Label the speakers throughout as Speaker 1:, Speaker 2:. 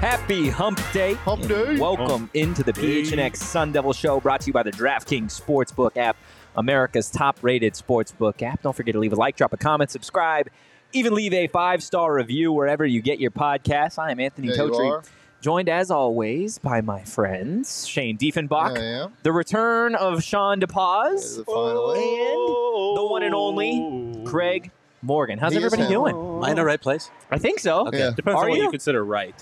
Speaker 1: Happy Hump Day.
Speaker 2: Hump
Speaker 1: and
Speaker 2: day.
Speaker 1: Welcome
Speaker 2: Hump
Speaker 1: into the
Speaker 2: day.
Speaker 1: PHNX Sun Devil Show brought to you by the DraftKings Sportsbook app, America's top rated sportsbook app. Don't forget to leave a like, drop a comment, subscribe, even leave a five star review wherever you get your podcasts. I am Anthony
Speaker 2: There you are.
Speaker 1: Totri, joined as always by my friends, Shane Diefenbach,
Speaker 2: Yeah, I am.
Speaker 1: the return of Sean DePaz,
Speaker 2: Yeah, finally.
Speaker 1: and the one and
Speaker 3: Oh.
Speaker 1: only Craig Morgan. How's
Speaker 2: He is
Speaker 1: everybody
Speaker 2: him.
Speaker 1: doing?
Speaker 3: Am I in the right place?
Speaker 1: I think so.
Speaker 2: Yeah.
Speaker 3: Depends
Speaker 1: Are
Speaker 3: on what
Speaker 1: you?
Speaker 3: you? consider right.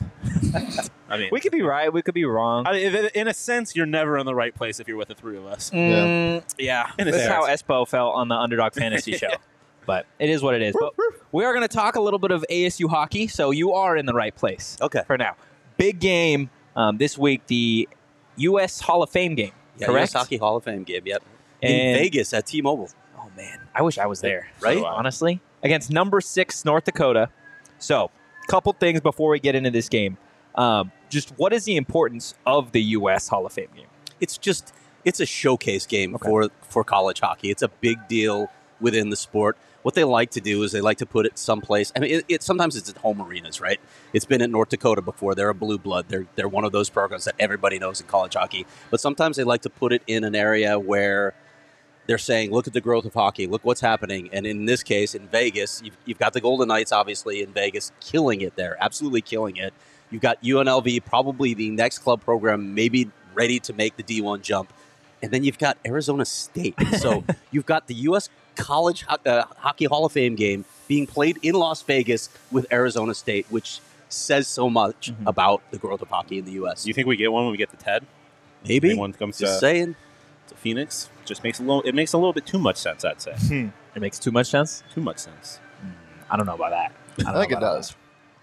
Speaker 3: I mean,
Speaker 1: We could be right, we could be wrong.
Speaker 3: I mean, in a sense, you're never in the right place if you're with the three of us.
Speaker 1: Mm,
Speaker 3: Yeah, in a
Speaker 1: That's
Speaker 3: sense.
Speaker 1: how Espo felt on the Underdog Fantasy Show. But it is what it is. But we are going to talk a little bit of ASU hockey, so you are in the right place
Speaker 3: okay.
Speaker 1: for now. Big game um, this week, the U.S. Hall of Fame game,
Speaker 3: Yeah,
Speaker 1: correct?
Speaker 3: US Hockey Hall of Fame game. Yep. in
Speaker 1: And-
Speaker 3: Vegas at T-Mobile.
Speaker 1: Oh man, I wish I was there.
Speaker 3: Right?
Speaker 1: Honestly, against number six North Dakota. So, couple things before we get into this game. Um, just what is the importance of the U.S. Hall of Fame game?
Speaker 4: it's just it's a showcase game
Speaker 1: Okay.
Speaker 4: for for college hockey. It's a big deal within the sport. What they like to do is they like to put it someplace. I mean, it, it sometimes it's at home arenas, right? It's been at North Dakota before. They're a blue blood. They're they're one of those programs that everybody knows in college hockey. But sometimes they like to put it in an area where they're saying, look at the growth of hockey, look what's happening. And in this case, in Vegas, you've, you've got the Golden Knights, obviously, in Vegas, killing it there, absolutely killing it. You've got UNLV, probably the next club program, maybe ready to make the D1 jump. And then you've got Arizona State. So you've got the U.S. College Ho- uh, Hockey Hall of Fame game being played in Las Vegas with Arizona State, which says so much
Speaker 1: Mhm.
Speaker 4: about the growth of hockey in the U.S.
Speaker 3: Do you think we get one when we get to Ted?
Speaker 4: Maybe.
Speaker 3: Anyone comes
Speaker 4: Just
Speaker 3: to,
Speaker 4: saying.
Speaker 3: to Phoenix? Just makes a little. It makes a little bit too much sense. I'd say
Speaker 1: It makes too much sense.
Speaker 3: too much sense.
Speaker 1: I don't know about that.
Speaker 2: I,
Speaker 1: don't
Speaker 2: think
Speaker 1: know
Speaker 2: it
Speaker 1: about
Speaker 2: does.
Speaker 1: that.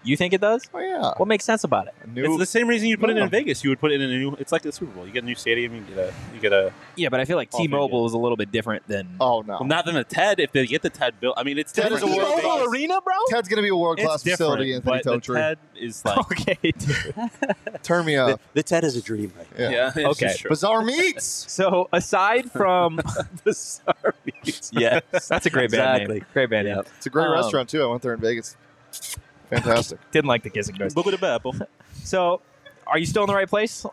Speaker 1: You think it does?
Speaker 2: Oh yeah.
Speaker 1: What makes sense about it?
Speaker 2: A new-
Speaker 3: It's the same reason you put it
Speaker 2: Yeah.
Speaker 3: in Vegas. You would put it in a new. It's like the Super Bowl. You get a new stadium. You get a. You get a.
Speaker 1: Yeah, but I feel like
Speaker 3: All
Speaker 1: T-Mobile is a little bit different than
Speaker 2: oh no.
Speaker 3: Well, not than a Ted. If they get the Ted built, I mean, it's
Speaker 2: Ted
Speaker 3: different.
Speaker 2: is a world
Speaker 3: Vegas.
Speaker 2: class-
Speaker 1: Arena, bro.
Speaker 2: Ted's gonna be a world
Speaker 3: It's
Speaker 2: class facility.
Speaker 3: different,
Speaker 2: Anthony
Speaker 3: but the
Speaker 2: Totri.
Speaker 3: Ted is like
Speaker 1: okay, dude.
Speaker 2: Turn me
Speaker 4: The,
Speaker 3: Oh.
Speaker 2: up.
Speaker 4: the Ted is a dream, right?
Speaker 2: Yeah.
Speaker 3: Yeah. it's
Speaker 1: Okay.
Speaker 3: just true.
Speaker 2: Bizarre meats.
Speaker 1: So aside from
Speaker 4: Bizarre Beats. Yes.
Speaker 1: that's a great band
Speaker 4: Exactly.
Speaker 1: name. Great band name.
Speaker 4: Yep.
Speaker 2: It's a great
Speaker 1: Um,
Speaker 2: restaurant too. I went there in Vegas. Fantastic.
Speaker 1: Didn't like the kissing ghost.
Speaker 3: Book with a apple.
Speaker 1: So are you still in the right place?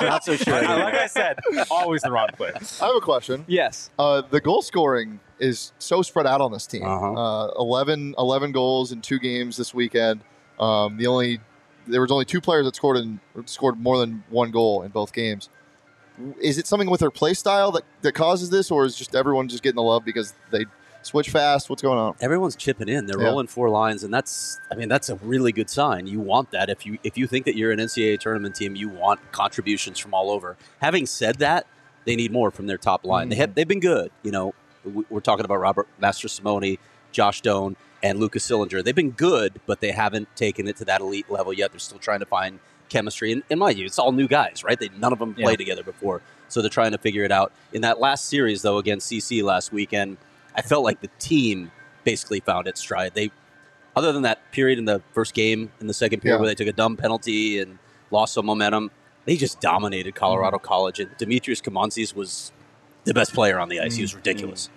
Speaker 4: Not so sure.
Speaker 3: like I said, always the wrong place.
Speaker 2: I have a question.
Speaker 1: yes.
Speaker 2: Uh, the goal scoring is so spread out on this team.
Speaker 4: Uh-huh.
Speaker 2: Uh, 11, 11 goals in two games this weekend. Um, the only there was only two players that scored in, scored more than one goal in both games. Is it something with their play style that, that causes this, or is just everyone just getting the love because they switch fast? What's going on?
Speaker 4: Everyone's chipping in. They're
Speaker 2: Yeah.
Speaker 4: rolling four lines, and that's I mean that's a really good sign. You want that if you if you think that you're an NCAA tournament team, you want contributions from all over. Having said that, they need more from their top line. They have, they've been good. You know, we- we're talking about Robert Master Simone, Josh Doan, and Lucas Sillinger. They've been good, but they haven't taken it to that elite level yet. They're still trying to find chemistry. And in my view, it's all new guys, right? They none of them
Speaker 1: Yeah.
Speaker 4: played together before, so they're trying to figure it out. In that last series though against CC last weekend, I felt like the team basically found its stride. They, other than that period in the first game, in the second period
Speaker 2: Yeah.
Speaker 4: where they took a dumb penalty and lost some momentum, they just dominated Colorado College. And Demetrius Kamonsis was the best player on the ice. He was ridiculous.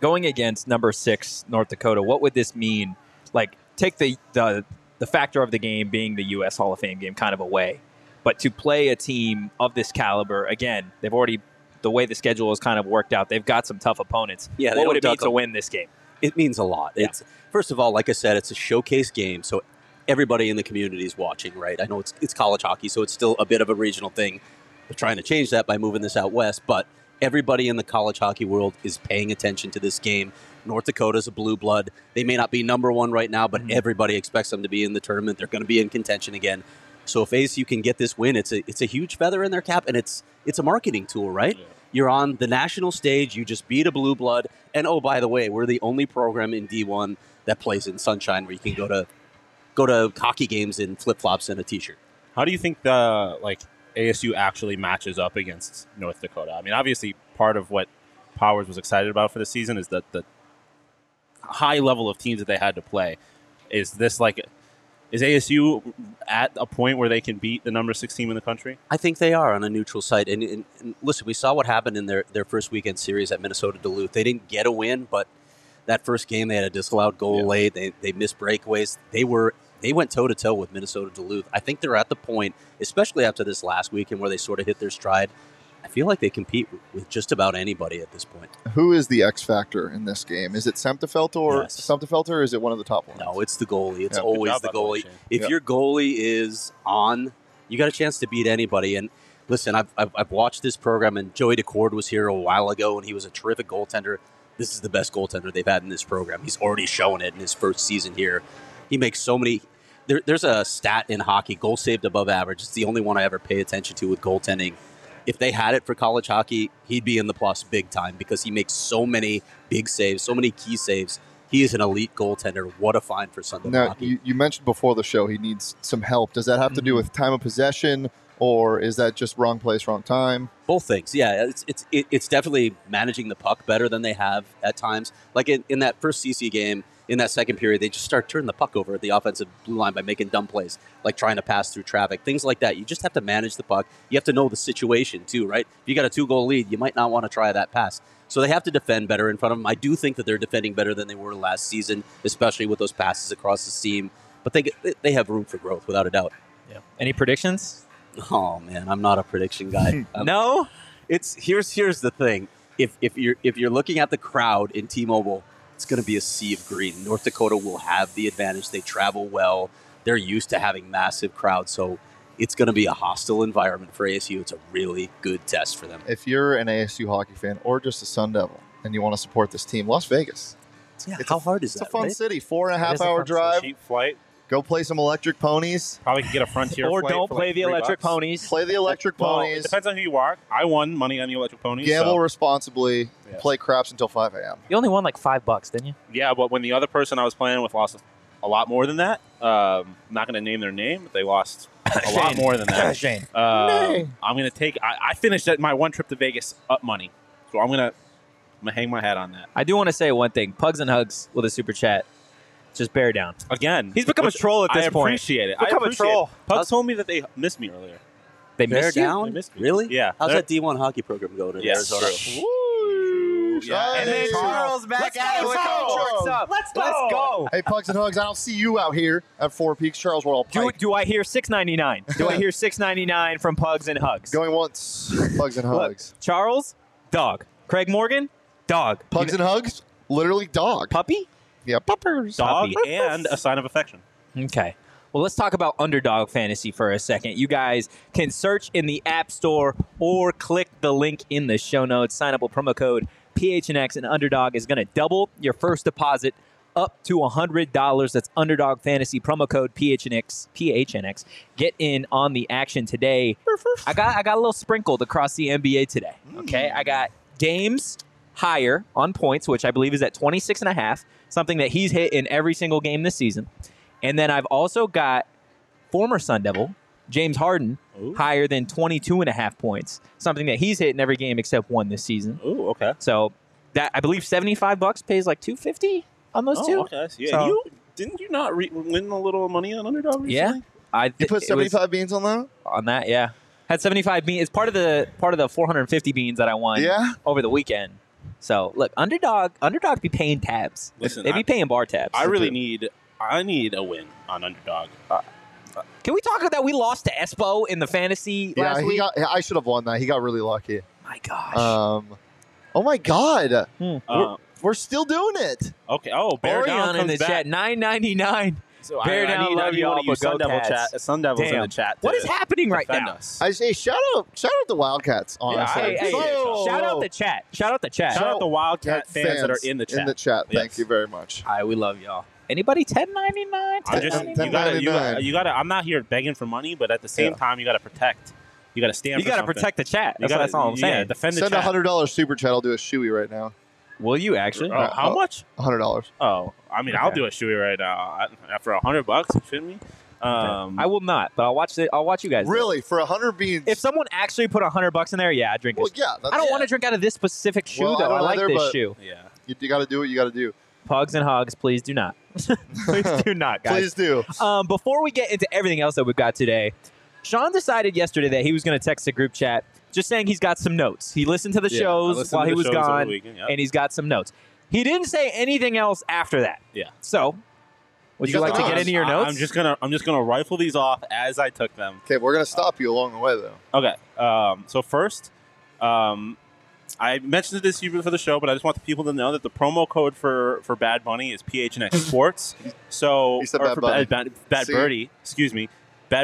Speaker 1: Going against number six North Dakota, what would this mean? Like take the the the factor of the game being the U.S. Hall of Fame game kind of away, but to play a team of this caliber again, they've already the way the schedule is kind of worked out. They've got some tough opponents.
Speaker 4: Yeah, they
Speaker 1: what would it
Speaker 4: don't
Speaker 1: mean
Speaker 4: duck
Speaker 1: to
Speaker 4: 'em.
Speaker 1: win this game?
Speaker 4: It means a lot.
Speaker 1: Yeah.
Speaker 4: It's first of all, like I said, it's a showcase game, so everybody in the community is watching. Right? I know it's it's college hockey, so it's still a bit of a regional thing. They're trying to change that by moving this out west, but everybody in the college hockey world is paying attention to this game. North Dakota's a blue blood. They may not be number one right now, but everybody expects them to be in the tournament. They're going to be in contention again. So if ASU can get this win, it's a it's a huge feather in their cap, and it's it's a marketing tool, right? You're on the national stage. You just beat a blue blood, and oh by the way, we're the only program in D1 that plays in sunshine where you can go to go to hockey games in flip flops and a t-shirt.
Speaker 3: How do you think the like ASU actually matches up against North Dakota? I mean, obviously, part of what Powers was excited about for the season is that the high level of teams that they had to play. Is this like is ASU at a point where they can beat the number six team in the country?
Speaker 4: I think they are on a neutral site. And, and, and listen, we saw what happened in their, their first weekend series at Minnesota Duluth. They didn't get a win, but that first game they had a disallowed goal
Speaker 3: Yeah.
Speaker 4: late. They, they missed breakaways. They were they went toe to toe with Minnesota Duluth. I think they're at the point, especially after this last weekend where they sort of hit their stride. I feel like they compete with just about anybody at this point.
Speaker 2: Who is the X factor in this game? Is it Semtefelter or
Speaker 4: Yes.
Speaker 2: Semtefelter? Or is it one of the top ones?
Speaker 4: No, it's the goalie. It's
Speaker 2: Yeah. Good
Speaker 4: always
Speaker 3: job,
Speaker 4: the
Speaker 3: by the way,
Speaker 4: goalie.
Speaker 3: Shane.
Speaker 4: If
Speaker 2: Yeah.
Speaker 4: your goalie is on, you got a chance to beat anybody. And listen, I've, I've, I've watched this program, and Joey Decord was here a while ago, and he was a terrific goaltender. This is the best goaltender they've had in this program. He's already shown it in his first season here. He makes so many. There, there's a stat in hockey: goal saved above average. It's the only one I ever pay attention to with goaltending. If they had it for college hockey, he'd be in the plus big time because he makes so many big saves, so many key saves. He is an elite goaltender. What a find for Sunday
Speaker 2: Now,
Speaker 4: hockey.
Speaker 2: you, you mentioned before the show he needs some help. Does that have to
Speaker 3: Mm-hmm.
Speaker 2: do with time of possession, or is that just wrong place, wrong time?
Speaker 4: both things. Yeah, it's it's it, it's definitely managing the puck better than they have at times. Like in, in that first CC game, in that second period, they just start turning the puck over at the offensive blue line by making dumb plays, like trying to pass through traffic, things like that. You just have to manage the puck. You have to know the situation too, right? If you got a two goal lead, you might not want to try that pass. So they have to defend better in front of them. I do think that they're defending better than they were last season, especially with those passes across the seam. But they get- they- they have room for growth without a doubt.
Speaker 1: Any predictions?
Speaker 4: Oh man, I'm not a prediction guy. I'm-
Speaker 1: no.
Speaker 4: it's here's here's the thing. If if you're if you're looking at the crowd in T-Mobile, it's going to be a sea of green. North Dakota will have the advantage. They travel well. They're used to having massive crowds, so it's going to be a hostile environment for ASU. It's a really good test for them.
Speaker 2: If you're an ASU hockey fan or just a Sun Devil and you want to support this team, Las Vegas.
Speaker 4: Yeah,
Speaker 2: it's
Speaker 4: how
Speaker 2: a-
Speaker 4: hard is
Speaker 2: It's
Speaker 4: that?
Speaker 2: a fun
Speaker 4: right?
Speaker 2: city. Four and a half
Speaker 3: is a
Speaker 2: hour
Speaker 3: fun city.
Speaker 2: drive.
Speaker 3: Cheap flight.
Speaker 2: Go play some electric ponies.
Speaker 3: Probably can get a Frontier
Speaker 1: Or
Speaker 3: flight
Speaker 1: don't
Speaker 3: for
Speaker 1: play
Speaker 3: like
Speaker 1: the
Speaker 3: three
Speaker 1: electric
Speaker 3: bucks.
Speaker 1: ponies.
Speaker 2: Play the electric
Speaker 3: Well, it
Speaker 2: ponies.
Speaker 3: depends on who you are. I won money on the electric ponies.
Speaker 2: Gamble
Speaker 3: so-
Speaker 2: responsibly.
Speaker 3: Yeah.
Speaker 2: Play craps until 5 a.m.
Speaker 5: You only won like five bucks, didn't you?
Speaker 3: Yeah, but when the other person I was playing with lost a lot more than that, um, I'm not going to name their name, but they lost a lot
Speaker 1: Shane.
Speaker 3: more than that.
Speaker 1: Shane.
Speaker 2: Nay.
Speaker 3: Um, I'm going to take. I, I finished at my one trip to Vegas up money, so I'm going to. I'm gonna hang my hat on that
Speaker 1: I do want to say one thing. Pugs and hugs with a super chat. Just bear down.
Speaker 3: again.
Speaker 1: He's become a
Speaker 3: which
Speaker 1: troll at this
Speaker 3: I
Speaker 1: point.
Speaker 3: Appreciate it.
Speaker 1: Become
Speaker 3: I
Speaker 1: a
Speaker 3: appreciate
Speaker 1: troll.
Speaker 3: It. Pugs told me that they missed me earlier.
Speaker 1: They
Speaker 4: Bear
Speaker 1: missed you?
Speaker 4: down,
Speaker 3: They missed me.
Speaker 4: really?
Speaker 3: Yeah.
Speaker 4: How's
Speaker 3: They're-
Speaker 4: that D1 hockey program going in
Speaker 3: Yes.
Speaker 4: Arizona?
Speaker 3: Yeah, and then
Speaker 2: Hey.
Speaker 3: Charles-
Speaker 1: back
Speaker 2: at it with shorts up.
Speaker 1: Let's go. Let's go.
Speaker 2: Hey, Pugs and Hugs, I don't see you out here at Four Peaks. Charles Royal
Speaker 1: Do,
Speaker 2: Pike.
Speaker 1: do I hear 699? Do I hear 699 from Pugs and Hugs?
Speaker 2: Going once. Pugs and
Speaker 1: Look,
Speaker 2: Hugs.
Speaker 1: Charles, dog. Craig Morgan, dog.
Speaker 2: Pugs and Hugs, literally dog.
Speaker 1: puppy?
Speaker 2: yeah, puppers.
Speaker 3: Dog
Speaker 1: Puppy.
Speaker 3: and a sign of affection.
Speaker 1: Okay. Well, let's talk about underdog fantasy for a second. You guys can search in the App Store or click the link in the show notes. Sign up with promo code PHNX, and Underdog is going to double your first deposit up to $100. That's Underdog Fantasy, promo code PHNX. PHNX. Get in on the action today. I got, I got a little sprinkled across the NBA today.
Speaker 3: Mm.
Speaker 1: Okay. I got Dames higher on points, which I believe is at 26 and a half, something that he's hit in every single game this season. And then I've also got former Sun Devil, James Harden,
Speaker 3: Ooh.
Speaker 1: higher than 22 and a half points, something that he's hit in every game except one this season.
Speaker 3: Ooh, okay.
Speaker 1: So that I believe 75 bucks pays like 250 on those
Speaker 3: Oh,
Speaker 1: two.
Speaker 3: okay. I see. Yeah,
Speaker 1: So-
Speaker 3: you didn't you not re- win a little money on underdog recently?
Speaker 1: Yeah. I
Speaker 2: You
Speaker 1: th-
Speaker 2: put
Speaker 1: it was
Speaker 2: 75 beans on that?
Speaker 1: on that, yeah. Had 75 beans. It's part of the part of the 450 beans that I won
Speaker 2: Yeah.
Speaker 1: over the weekend. So look, underdog, underdog be paying tabs.
Speaker 3: Listen,
Speaker 1: they be
Speaker 3: I-
Speaker 1: paying bar tabs.
Speaker 3: I really need I need a win on underdog. Uh,
Speaker 1: Can we talk about that? We lost to Espo in the fantasy
Speaker 2: Yeah,
Speaker 1: last
Speaker 2: he
Speaker 1: week. Uh,
Speaker 2: got, I should have won that. He got really lucky.
Speaker 1: My gosh.
Speaker 2: Um, oh my God,
Speaker 3: uh,
Speaker 2: we're still doing it.
Speaker 3: okay. Oh, bear down
Speaker 1: Orion in
Speaker 3: comes
Speaker 1: the
Speaker 3: back.
Speaker 1: chat, nine ninety nine.
Speaker 3: So
Speaker 1: Bear down, love
Speaker 3: need
Speaker 1: y'all,
Speaker 3: one of
Speaker 1: but
Speaker 3: Sun
Speaker 1: go
Speaker 3: Devil
Speaker 1: Cats.
Speaker 3: chat. Sun Devils in
Speaker 1: Damn.
Speaker 3: the chat.
Speaker 1: What
Speaker 3: to
Speaker 1: is happening right
Speaker 3: defend
Speaker 1: now?
Speaker 3: Us.
Speaker 2: I say shout out, shout out the Wildcats. Honestly,
Speaker 1: Hey, hey,
Speaker 3: Whoa.
Speaker 1: shout out the chat. Shout out the chat.
Speaker 3: Oh. Shout out the
Speaker 2: Cat
Speaker 3: Wildcat fans that are in the chat.
Speaker 2: In the chat,
Speaker 3: Yes.
Speaker 2: thank you very much.
Speaker 1: Hi, we love y'all. Anybody ten ninety nine?
Speaker 3: I just
Speaker 2: Ten-
Speaker 3: you gotta, you, gotta,
Speaker 2: 10.99.
Speaker 3: you gotta. I'm not here begging for money, but at the same
Speaker 2: Yeah.
Speaker 3: time, you gotta protect. You gotta stand.
Speaker 1: You
Speaker 3: for
Speaker 1: got to
Speaker 3: something.
Speaker 1: protect the chat.
Speaker 3: You
Speaker 1: That's,
Speaker 3: gotta.
Speaker 1: that's all I'm
Speaker 3: yeah,
Speaker 1: saying.
Speaker 3: defend the
Speaker 2: Send a
Speaker 3: chat.
Speaker 2: hundred dollar super chat. I'll do a shoey right now.
Speaker 1: Will you actually?
Speaker 3: Oh, how
Speaker 2: Oh.
Speaker 3: much?
Speaker 2: A hundred dollars.
Speaker 3: Oh, I mean, I'll
Speaker 1: Okay.
Speaker 3: do a shoey right now I, for a hundred bucks. You shouldn't me. Um,
Speaker 1: I will not, but I'll watch it. I'll watch you guys. do it.
Speaker 2: Really, for a hundred beans?
Speaker 1: If someone actually put a hundred bucks in there, yeah, I drink.
Speaker 2: well,
Speaker 1: it.
Speaker 2: yeah. That's,
Speaker 1: I don't
Speaker 2: yeah.
Speaker 1: want to drink out of this specific shoe
Speaker 2: Well, I
Speaker 1: though. I,
Speaker 2: don't
Speaker 1: like
Speaker 2: either,
Speaker 1: this
Speaker 2: but-
Speaker 1: shoe.
Speaker 3: yeah.
Speaker 2: You, you got to do what you got to do.
Speaker 1: Pugs and hogs, please do not. please do not, guys.
Speaker 2: Please do.
Speaker 1: Um, before we get into everything else that we've got today, Sean decided yesterday that he was going to text the group chat, just saying he's got some notes. He listened to the
Speaker 3: Yeah, I
Speaker 1: shows
Speaker 3: listened
Speaker 1: while
Speaker 3: to
Speaker 1: he
Speaker 3: the
Speaker 1: was
Speaker 3: shows over the
Speaker 1: gone,
Speaker 3: weekend, yep.
Speaker 1: and he's got some notes. He didn't say anything else after that.
Speaker 3: Yeah.
Speaker 1: So, would
Speaker 2: You
Speaker 1: you,
Speaker 2: got
Speaker 1: like
Speaker 2: the
Speaker 1: to get
Speaker 2: notes.
Speaker 1: into your
Speaker 3: I-
Speaker 1: notes?
Speaker 3: I'm just gonna I'm just gonna rifle these off as I took them.
Speaker 2: Okay, we're gonna stop you along the way though.
Speaker 3: Okay. Um, so first, um, I mentioned this to you for the show, but I just want the people to know that the promo code for, for Bad Bunny is PHNX Sports. So
Speaker 2: He said
Speaker 3: or
Speaker 2: Bad
Speaker 3: for
Speaker 2: Bunny.
Speaker 3: Bad, Bad, Bad
Speaker 2: See?
Speaker 3: Birdie, excuse me,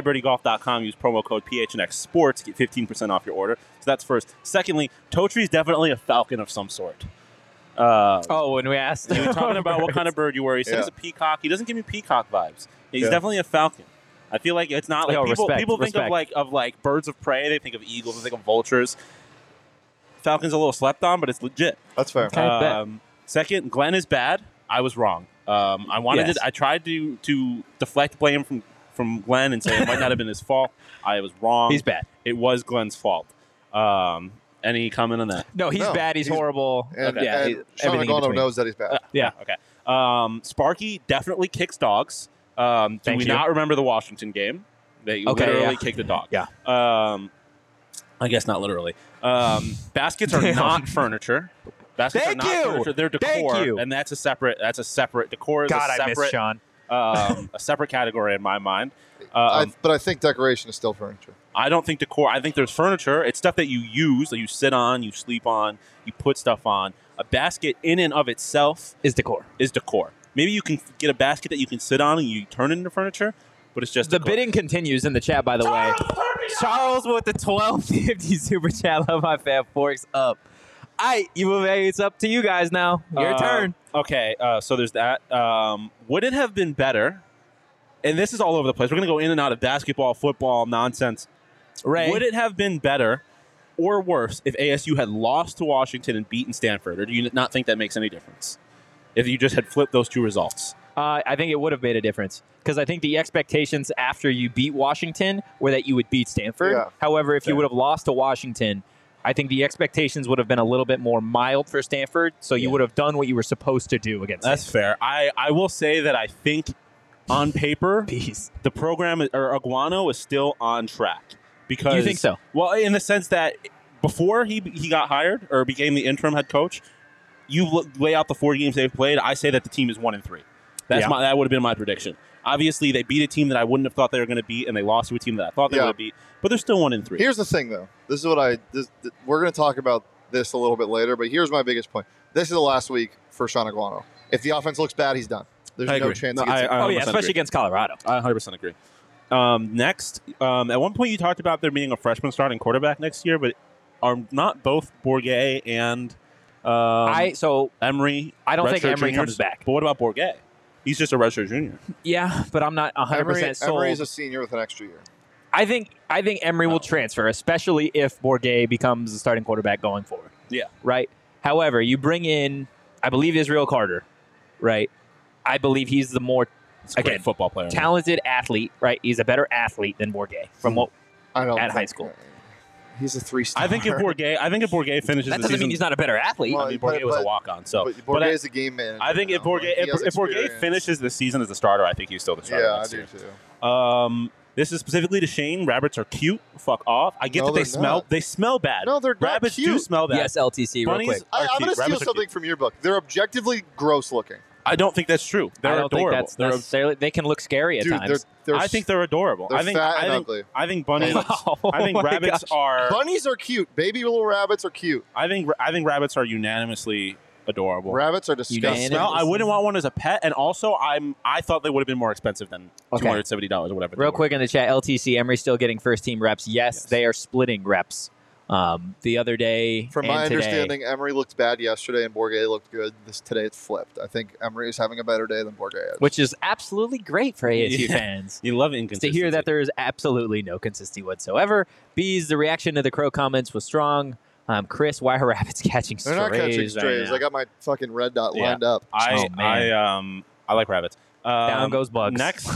Speaker 3: badbirdiegolf.com. Use promo code PHNX Sports get 15% off your order. So that's first. Secondly, Totri's definitely a falcon of some sort. Uh,
Speaker 1: oh, when we asked,
Speaker 3: we were talking about what kind of bird you were. He said
Speaker 2: Yeah.
Speaker 3: he's a peacock. He doesn't give me peacock vibes. He's
Speaker 2: Yeah.
Speaker 3: definitely a falcon. I feel like it's not like
Speaker 1: Yo,
Speaker 3: people,
Speaker 1: respect,
Speaker 3: people think of
Speaker 1: respect.
Speaker 3: like of like birds of prey. They think of eagles. They think of vultures. Falcon's a little slept on, but it's legit.
Speaker 2: That's fair.
Speaker 1: Okay, bet.
Speaker 3: Um, second, Glenn is bad. I was wrong. Um, I wanted
Speaker 1: Yes.
Speaker 3: to, I tried to to deflect blame from from Glenn and say it might not have been his fault. I was wrong.
Speaker 1: he's bad.
Speaker 3: It was Glenn's fault. Um, any comment on that?
Speaker 1: No, he's
Speaker 2: No,
Speaker 1: bad. He's,
Speaker 2: he's-
Speaker 1: horrible.
Speaker 2: And,
Speaker 1: yeah,
Speaker 2: and
Speaker 1: he-
Speaker 2: Sean
Speaker 1: everything in
Speaker 2: Agano
Speaker 1: between. Uh,
Speaker 2: knows that he's bad.
Speaker 1: Yeah.
Speaker 3: Okay. Um, Sparky definitely kicks dogs. Um, do
Speaker 1: Thank
Speaker 3: we
Speaker 1: you.
Speaker 3: not remember the Washington game? They
Speaker 1: Okay,
Speaker 3: literally
Speaker 1: yeah.
Speaker 3: kicked a dog.
Speaker 1: Yeah.
Speaker 3: Um, I guess not literally. Um, baskets are not furniture. Baskets
Speaker 1: Thank
Speaker 3: are not
Speaker 1: you.
Speaker 3: furniture. They're decor,
Speaker 1: Thank you.
Speaker 3: and that's a separate. That's a separate decor. Is
Speaker 1: God,
Speaker 3: a
Speaker 1: I miss
Speaker 3: separate,
Speaker 1: Sean.
Speaker 3: um, a separate category in my mind. Um,
Speaker 2: I, but I think decoration is still furniture.
Speaker 3: I don't think decor. I think there's furniture. It's stuff that you use, that you sit on, you sleep on, you put stuff on. A basket in and of itself
Speaker 1: Is decor.
Speaker 3: is decor. Maybe you can f- get a basket that you can sit on and you turn it into furniture, but it's just
Speaker 1: The
Speaker 3: decor.
Speaker 1: bidding continues in the chat, by the way. Charles with the 1250 super chat. Love my fat forks up. I, you move- it's up to you guys now. Your
Speaker 3: Uh,
Speaker 1: turn.
Speaker 3: Okay, uh, so there's that. Um, would it have been better? And this is all over the place. We're going to go in and out of basketball, football, nonsense.
Speaker 1: Ray.
Speaker 3: Would it have been better or worse if ASU had lost to Washington and beaten Stanford? Or do you not think that makes any difference? If you just had flipped those two results?
Speaker 1: Uh, I think it would have made a difference because I think the expectations after you beat Washington were that you would beat Stanford.
Speaker 2: Yeah.
Speaker 1: However, if you
Speaker 3: Fair.
Speaker 1: would have lost to Washington, I think the expectations would have been a little bit more mild for Stanford. So you
Speaker 3: Yeah.
Speaker 1: would have done what you were supposed to do against
Speaker 3: That's fair. I, I will say that I think on paper,
Speaker 1: Peace.
Speaker 3: the program or Aguano is still on track because
Speaker 1: You think so?
Speaker 3: Well, in the sense that before he he got hired or became the interim head coach, you lo- lay out the four games they've played. I say that the team is one and three. That's
Speaker 1: Yeah.
Speaker 3: my that would have been my prediction. Obviously, they beat a team that I wouldn't have thought they were going to beat, and they lost to a team that I thought they
Speaker 2: Yeah.
Speaker 3: would have beat. But they're still one and three.
Speaker 2: Here's the thing, though. This is what I. This, th- we're going to talk about this a little bit later, but here's my biggest point. This is the last week for Sean Aguano. If the offense looks bad, he's done. There's
Speaker 3: I
Speaker 2: no
Speaker 3: agree.
Speaker 2: chance.
Speaker 3: No,
Speaker 2: he gets
Speaker 3: I-
Speaker 2: it.
Speaker 3: I
Speaker 1: oh, yeah,
Speaker 3: 100%
Speaker 1: especially
Speaker 3: agree.
Speaker 1: against Colorado.
Speaker 3: I 100 percent agree. Um, next, um, at one point you talked about there being a freshman starting quarterback next year, but are not both Bourget and um,
Speaker 1: I so
Speaker 3: Emery?
Speaker 1: I don't think
Speaker 3: redshirt
Speaker 1: Emery
Speaker 3: juniors?
Speaker 1: comes back.
Speaker 3: But what about Bourget? He's just a redshirt junior.
Speaker 1: yeah, but I'm not 100
Speaker 2: Emery,
Speaker 1: percent sold.
Speaker 2: Emery's a senior with an extra year.
Speaker 1: I think I think Emery
Speaker 3: Oh.
Speaker 1: will transfer, especially if Bourget becomes the starting quarterback going forward.
Speaker 3: Yeah.
Speaker 1: Right. However, you bring in, I believe Israel Carter, right? I believe he's the more
Speaker 3: He's a great
Speaker 1: Again,
Speaker 3: football player.
Speaker 1: talented athlete, right? He's a better athlete than Bourget from what
Speaker 2: I don't.
Speaker 1: At
Speaker 2: think- uh,
Speaker 1: high school.
Speaker 2: He's a three star.
Speaker 3: I think if Bourget, I think if Bourget finishes
Speaker 1: that
Speaker 3: the
Speaker 1: doesn't
Speaker 3: season,
Speaker 1: mean he's not a better athlete.
Speaker 2: Well,
Speaker 3: I mean, Bourget
Speaker 2: but-
Speaker 3: was a
Speaker 2: but-
Speaker 3: walk on. So,
Speaker 2: But
Speaker 3: but
Speaker 2: Bourget
Speaker 3: I,
Speaker 2: is a game manager.
Speaker 3: I think if
Speaker 2: now.
Speaker 3: Bourget
Speaker 2: He
Speaker 3: if,
Speaker 2: has
Speaker 3: if Bourget
Speaker 2: experience.
Speaker 3: finishes the season as the starter, I think he's still the starter.
Speaker 2: yeah, I
Speaker 3: next
Speaker 2: do
Speaker 3: year.
Speaker 2: too.
Speaker 3: Um, this is specifically to Shane. Rabbits are cute. Fuck off. I get
Speaker 2: No,
Speaker 3: that they
Speaker 2: they're
Speaker 3: smell.
Speaker 2: not.
Speaker 3: They smell bad.
Speaker 2: No, they're not
Speaker 3: rabbits do
Speaker 2: cute.
Speaker 3: smell bad.
Speaker 1: yes, LTC, real
Speaker 3: Bunnies
Speaker 1: quick.
Speaker 3: are
Speaker 2: I, I'm
Speaker 3: cute.
Speaker 2: going to steal
Speaker 3: Rabbits are
Speaker 2: something
Speaker 3: cute.
Speaker 2: from your book. They're objectively gross looking.
Speaker 3: I don't think that's true. They're
Speaker 1: I don't
Speaker 3: adorable.
Speaker 1: think that's
Speaker 3: They're-
Speaker 1: necessarily. They can look scary at
Speaker 2: Dude, they're,
Speaker 1: times.
Speaker 2: they're
Speaker 3: I think they're adorable.
Speaker 2: they're
Speaker 3: I think
Speaker 2: fat
Speaker 3: I
Speaker 2: and
Speaker 3: think,
Speaker 2: ugly.
Speaker 3: I think bunnies.
Speaker 1: Wow.
Speaker 3: I think
Speaker 1: Oh my
Speaker 3: rabbits
Speaker 1: gosh.
Speaker 3: are.
Speaker 2: bunnies are cute. Baby little rabbits are cute.
Speaker 3: I think I think rabbits are unanimously adorable.
Speaker 2: Rabbits are
Speaker 1: know,
Speaker 2: disgusting.
Speaker 1: and
Speaker 3: Well,
Speaker 1: it was-
Speaker 3: I wouldn't want one as a pet, and also I'm I thought they would have been more expensive than
Speaker 1: Okay.
Speaker 3: two hundred seventy dollars or whatever. they
Speaker 1: Real
Speaker 3: were.
Speaker 1: quick in the chat, LTC Emery still getting first team reps. Yes,
Speaker 3: Yes.
Speaker 1: they are splitting reps. Um, the other day,
Speaker 2: From
Speaker 1: and
Speaker 2: my
Speaker 1: today-
Speaker 2: understanding, Emery looked bad yesterday and Borgay looked good. This today it's flipped. I think Emery is having a better day than Borgay is.
Speaker 1: which is absolutely great for ASU
Speaker 3: Yeah.
Speaker 1: fans.
Speaker 3: You love
Speaker 1: To
Speaker 3: inconsistency.
Speaker 1: hear that there is absolutely no consistency whatsoever. Bees, the reaction to the crow comments was strong. Um, Chris, why are rabbits catching
Speaker 2: they're
Speaker 1: strays?
Speaker 2: not catching
Speaker 1: right
Speaker 2: strays.
Speaker 1: now?
Speaker 2: I got my fucking red dot
Speaker 3: Yeah.
Speaker 2: lined up.
Speaker 3: I,
Speaker 1: Oh,
Speaker 3: I
Speaker 1: man.
Speaker 3: um I like rabbits. Um,
Speaker 1: Down goes bugs.
Speaker 3: Next,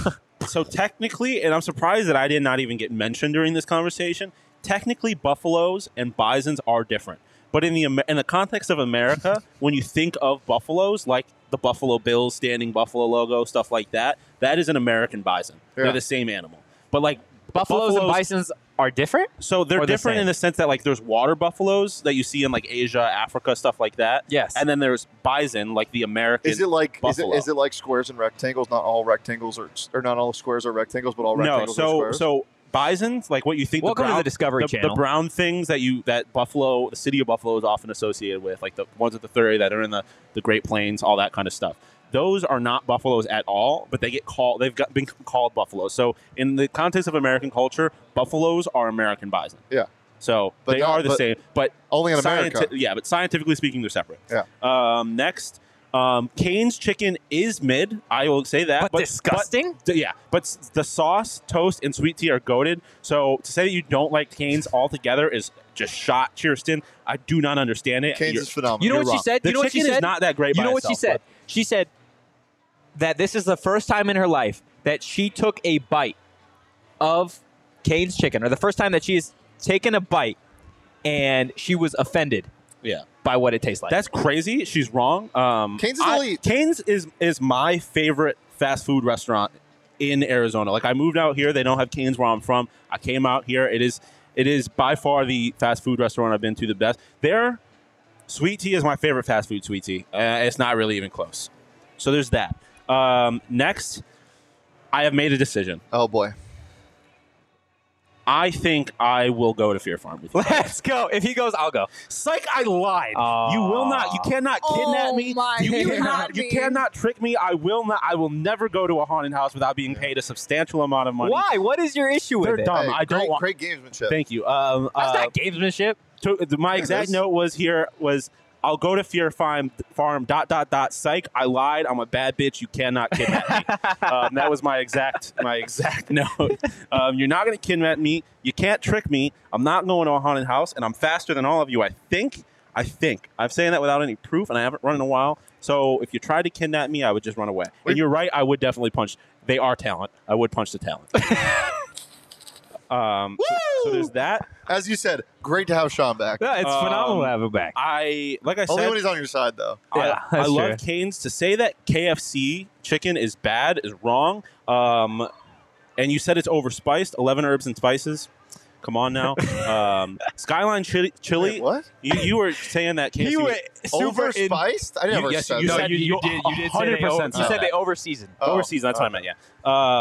Speaker 3: so technically, and I'm surprised that I did not even get mentioned during this conversation. Technically, buffaloes and bisons are different, but in the Amer- in the context of America, when you think of buffaloes, like the Buffalo Bills standing buffalo logo, stuff like that, that is an American bison.
Speaker 2: Yeah.
Speaker 3: They're the same animal, but like
Speaker 5: Buffaloes, and bisons are different.
Speaker 3: So they're
Speaker 5: are the
Speaker 3: different
Speaker 5: same?
Speaker 3: in the sense that like there's water buffaloes that you see in like Asia, Africa, stuff like that.
Speaker 1: Yes.
Speaker 3: And then there's bison, like the American.
Speaker 2: Is it like is it,
Speaker 3: Buffalo.
Speaker 2: is it like squares and rectangles? Not all rectangles are or not all squares are rectangles, but all
Speaker 3: no,
Speaker 2: rectangles
Speaker 3: so
Speaker 2: are squares.
Speaker 3: so bisons, like what you think.
Speaker 1: Welcome
Speaker 3: the brown,
Speaker 1: to the Discovery
Speaker 3: the, the
Speaker 1: Channel.
Speaker 3: brown things that you that Buffalo, the city of Buffalo, is often associated with, like the ones at the thirty that are in the the Great Plains, all that kind of stuff. Those are not buffaloes at all, but they get called. They've got, been called buffaloes. So in the context of American culture, buffaloes are American bison.
Speaker 2: Yeah.
Speaker 3: So
Speaker 2: But
Speaker 3: they
Speaker 2: not-
Speaker 3: are the
Speaker 2: but-
Speaker 3: same, but
Speaker 2: Only in America.
Speaker 3: Scienti- yeah, but scientifically speaking, they're separate.
Speaker 2: Yeah.
Speaker 3: Um, next, um, Kane's chicken is mid. I will say that.
Speaker 1: but, disgusting.
Speaker 3: but- yeah, but s- the sauce, toast, and sweet tea are goaded. So to say that you don't like Kane's altogether is just shot, Kirsten. I do not understand it.
Speaker 2: Kane's
Speaker 3: You're-
Speaker 2: is phenomenal.
Speaker 1: you know
Speaker 3: you're
Speaker 1: what she
Speaker 3: wrong.
Speaker 1: said?
Speaker 3: The
Speaker 1: you know what she
Speaker 3: chicken is
Speaker 1: said?
Speaker 3: not that great
Speaker 1: You
Speaker 3: by
Speaker 1: know what she
Speaker 3: itself,
Speaker 1: said? She said that this is the first time in her life that she took a bite of Kane's chicken, or the first time that she has taken a bite and she was offended
Speaker 3: Yeah.
Speaker 1: by what it tastes like.
Speaker 3: That's crazy. She's wrong. Um,
Speaker 2: Cane's is
Speaker 3: I-
Speaker 2: elite.
Speaker 3: Cane's is is my favorite fast food restaurant in Arizona. Like I moved out here, they don't have Cane's where I'm from. I came out here. It is it is by far the fast food restaurant I've been to the best. Their sweet tea is my favorite fast food sweet tea. Uh, it's not really even close. So there's that. Um, next, I have made a decision.
Speaker 2: oh boy.
Speaker 3: I think I will go to Fear Farm with you.
Speaker 1: Let's go. If he goes, I'll go.
Speaker 3: Psych, I lied.
Speaker 1: Aw.
Speaker 3: You will not. You cannot kidnap
Speaker 6: Oh
Speaker 3: me.
Speaker 6: my
Speaker 3: you
Speaker 6: God.
Speaker 3: cannot. You
Speaker 6: Me.
Speaker 3: cannot trick me. I will not. I will never go to a haunted house without being paid a substantial amount of money.
Speaker 1: Why? What is your issue with
Speaker 3: They're
Speaker 1: it?
Speaker 3: dumb.
Speaker 2: Hey,
Speaker 3: I don't
Speaker 2: great,
Speaker 3: want-
Speaker 2: great gamesmanship.
Speaker 3: Thank you. Um, uh,
Speaker 1: That's not gamesmanship.
Speaker 3: to- the- my exact
Speaker 2: is.
Speaker 3: note was here was I'll go to Fear Farm. Farm. Dot dot dot. Psych. I lied. I'm a bad bitch. You cannot kidnap me. um, that was my exact my exact note. Um, you're not going to kidnap me. You can't trick me. I'm not going to a haunted house, and I'm faster than all of you. I think. I think. I'm saying that without any proof, and I haven't run in a while. So if you tried to kidnap me, I would just run away.
Speaker 2: Wait.
Speaker 3: And you're right. I would definitely punch. They are talent. I would punch the talent. um, so- so there's that.
Speaker 2: As you said, great to have Sean back.
Speaker 1: No, it's
Speaker 3: Um,
Speaker 1: phenomenal to have him back.
Speaker 3: I like I
Speaker 2: Only
Speaker 3: said.
Speaker 2: when he's on your side though.
Speaker 3: I-
Speaker 1: Yeah,
Speaker 3: I,
Speaker 1: that's
Speaker 3: love Canes. To say that KFC chicken is bad is wrong. Um, and you said it's overspiced. Eleven herbs and spices. Come on now. Um, Skyline chili. chili
Speaker 2: Wait, what?
Speaker 3: You, you were saying that KFC.
Speaker 1: He
Speaker 3: was-
Speaker 1: went super in-
Speaker 2: Overspiced? I
Speaker 3: You-
Speaker 2: never
Speaker 3: yes,
Speaker 2: said
Speaker 3: you
Speaker 2: that.
Speaker 3: said-
Speaker 1: say they, over,
Speaker 3: 100%
Speaker 1: you
Speaker 2: said
Speaker 1: said
Speaker 2: that.
Speaker 1: they overseasoned.
Speaker 2: Oh,
Speaker 3: overseas. That's what I meant. Yeah.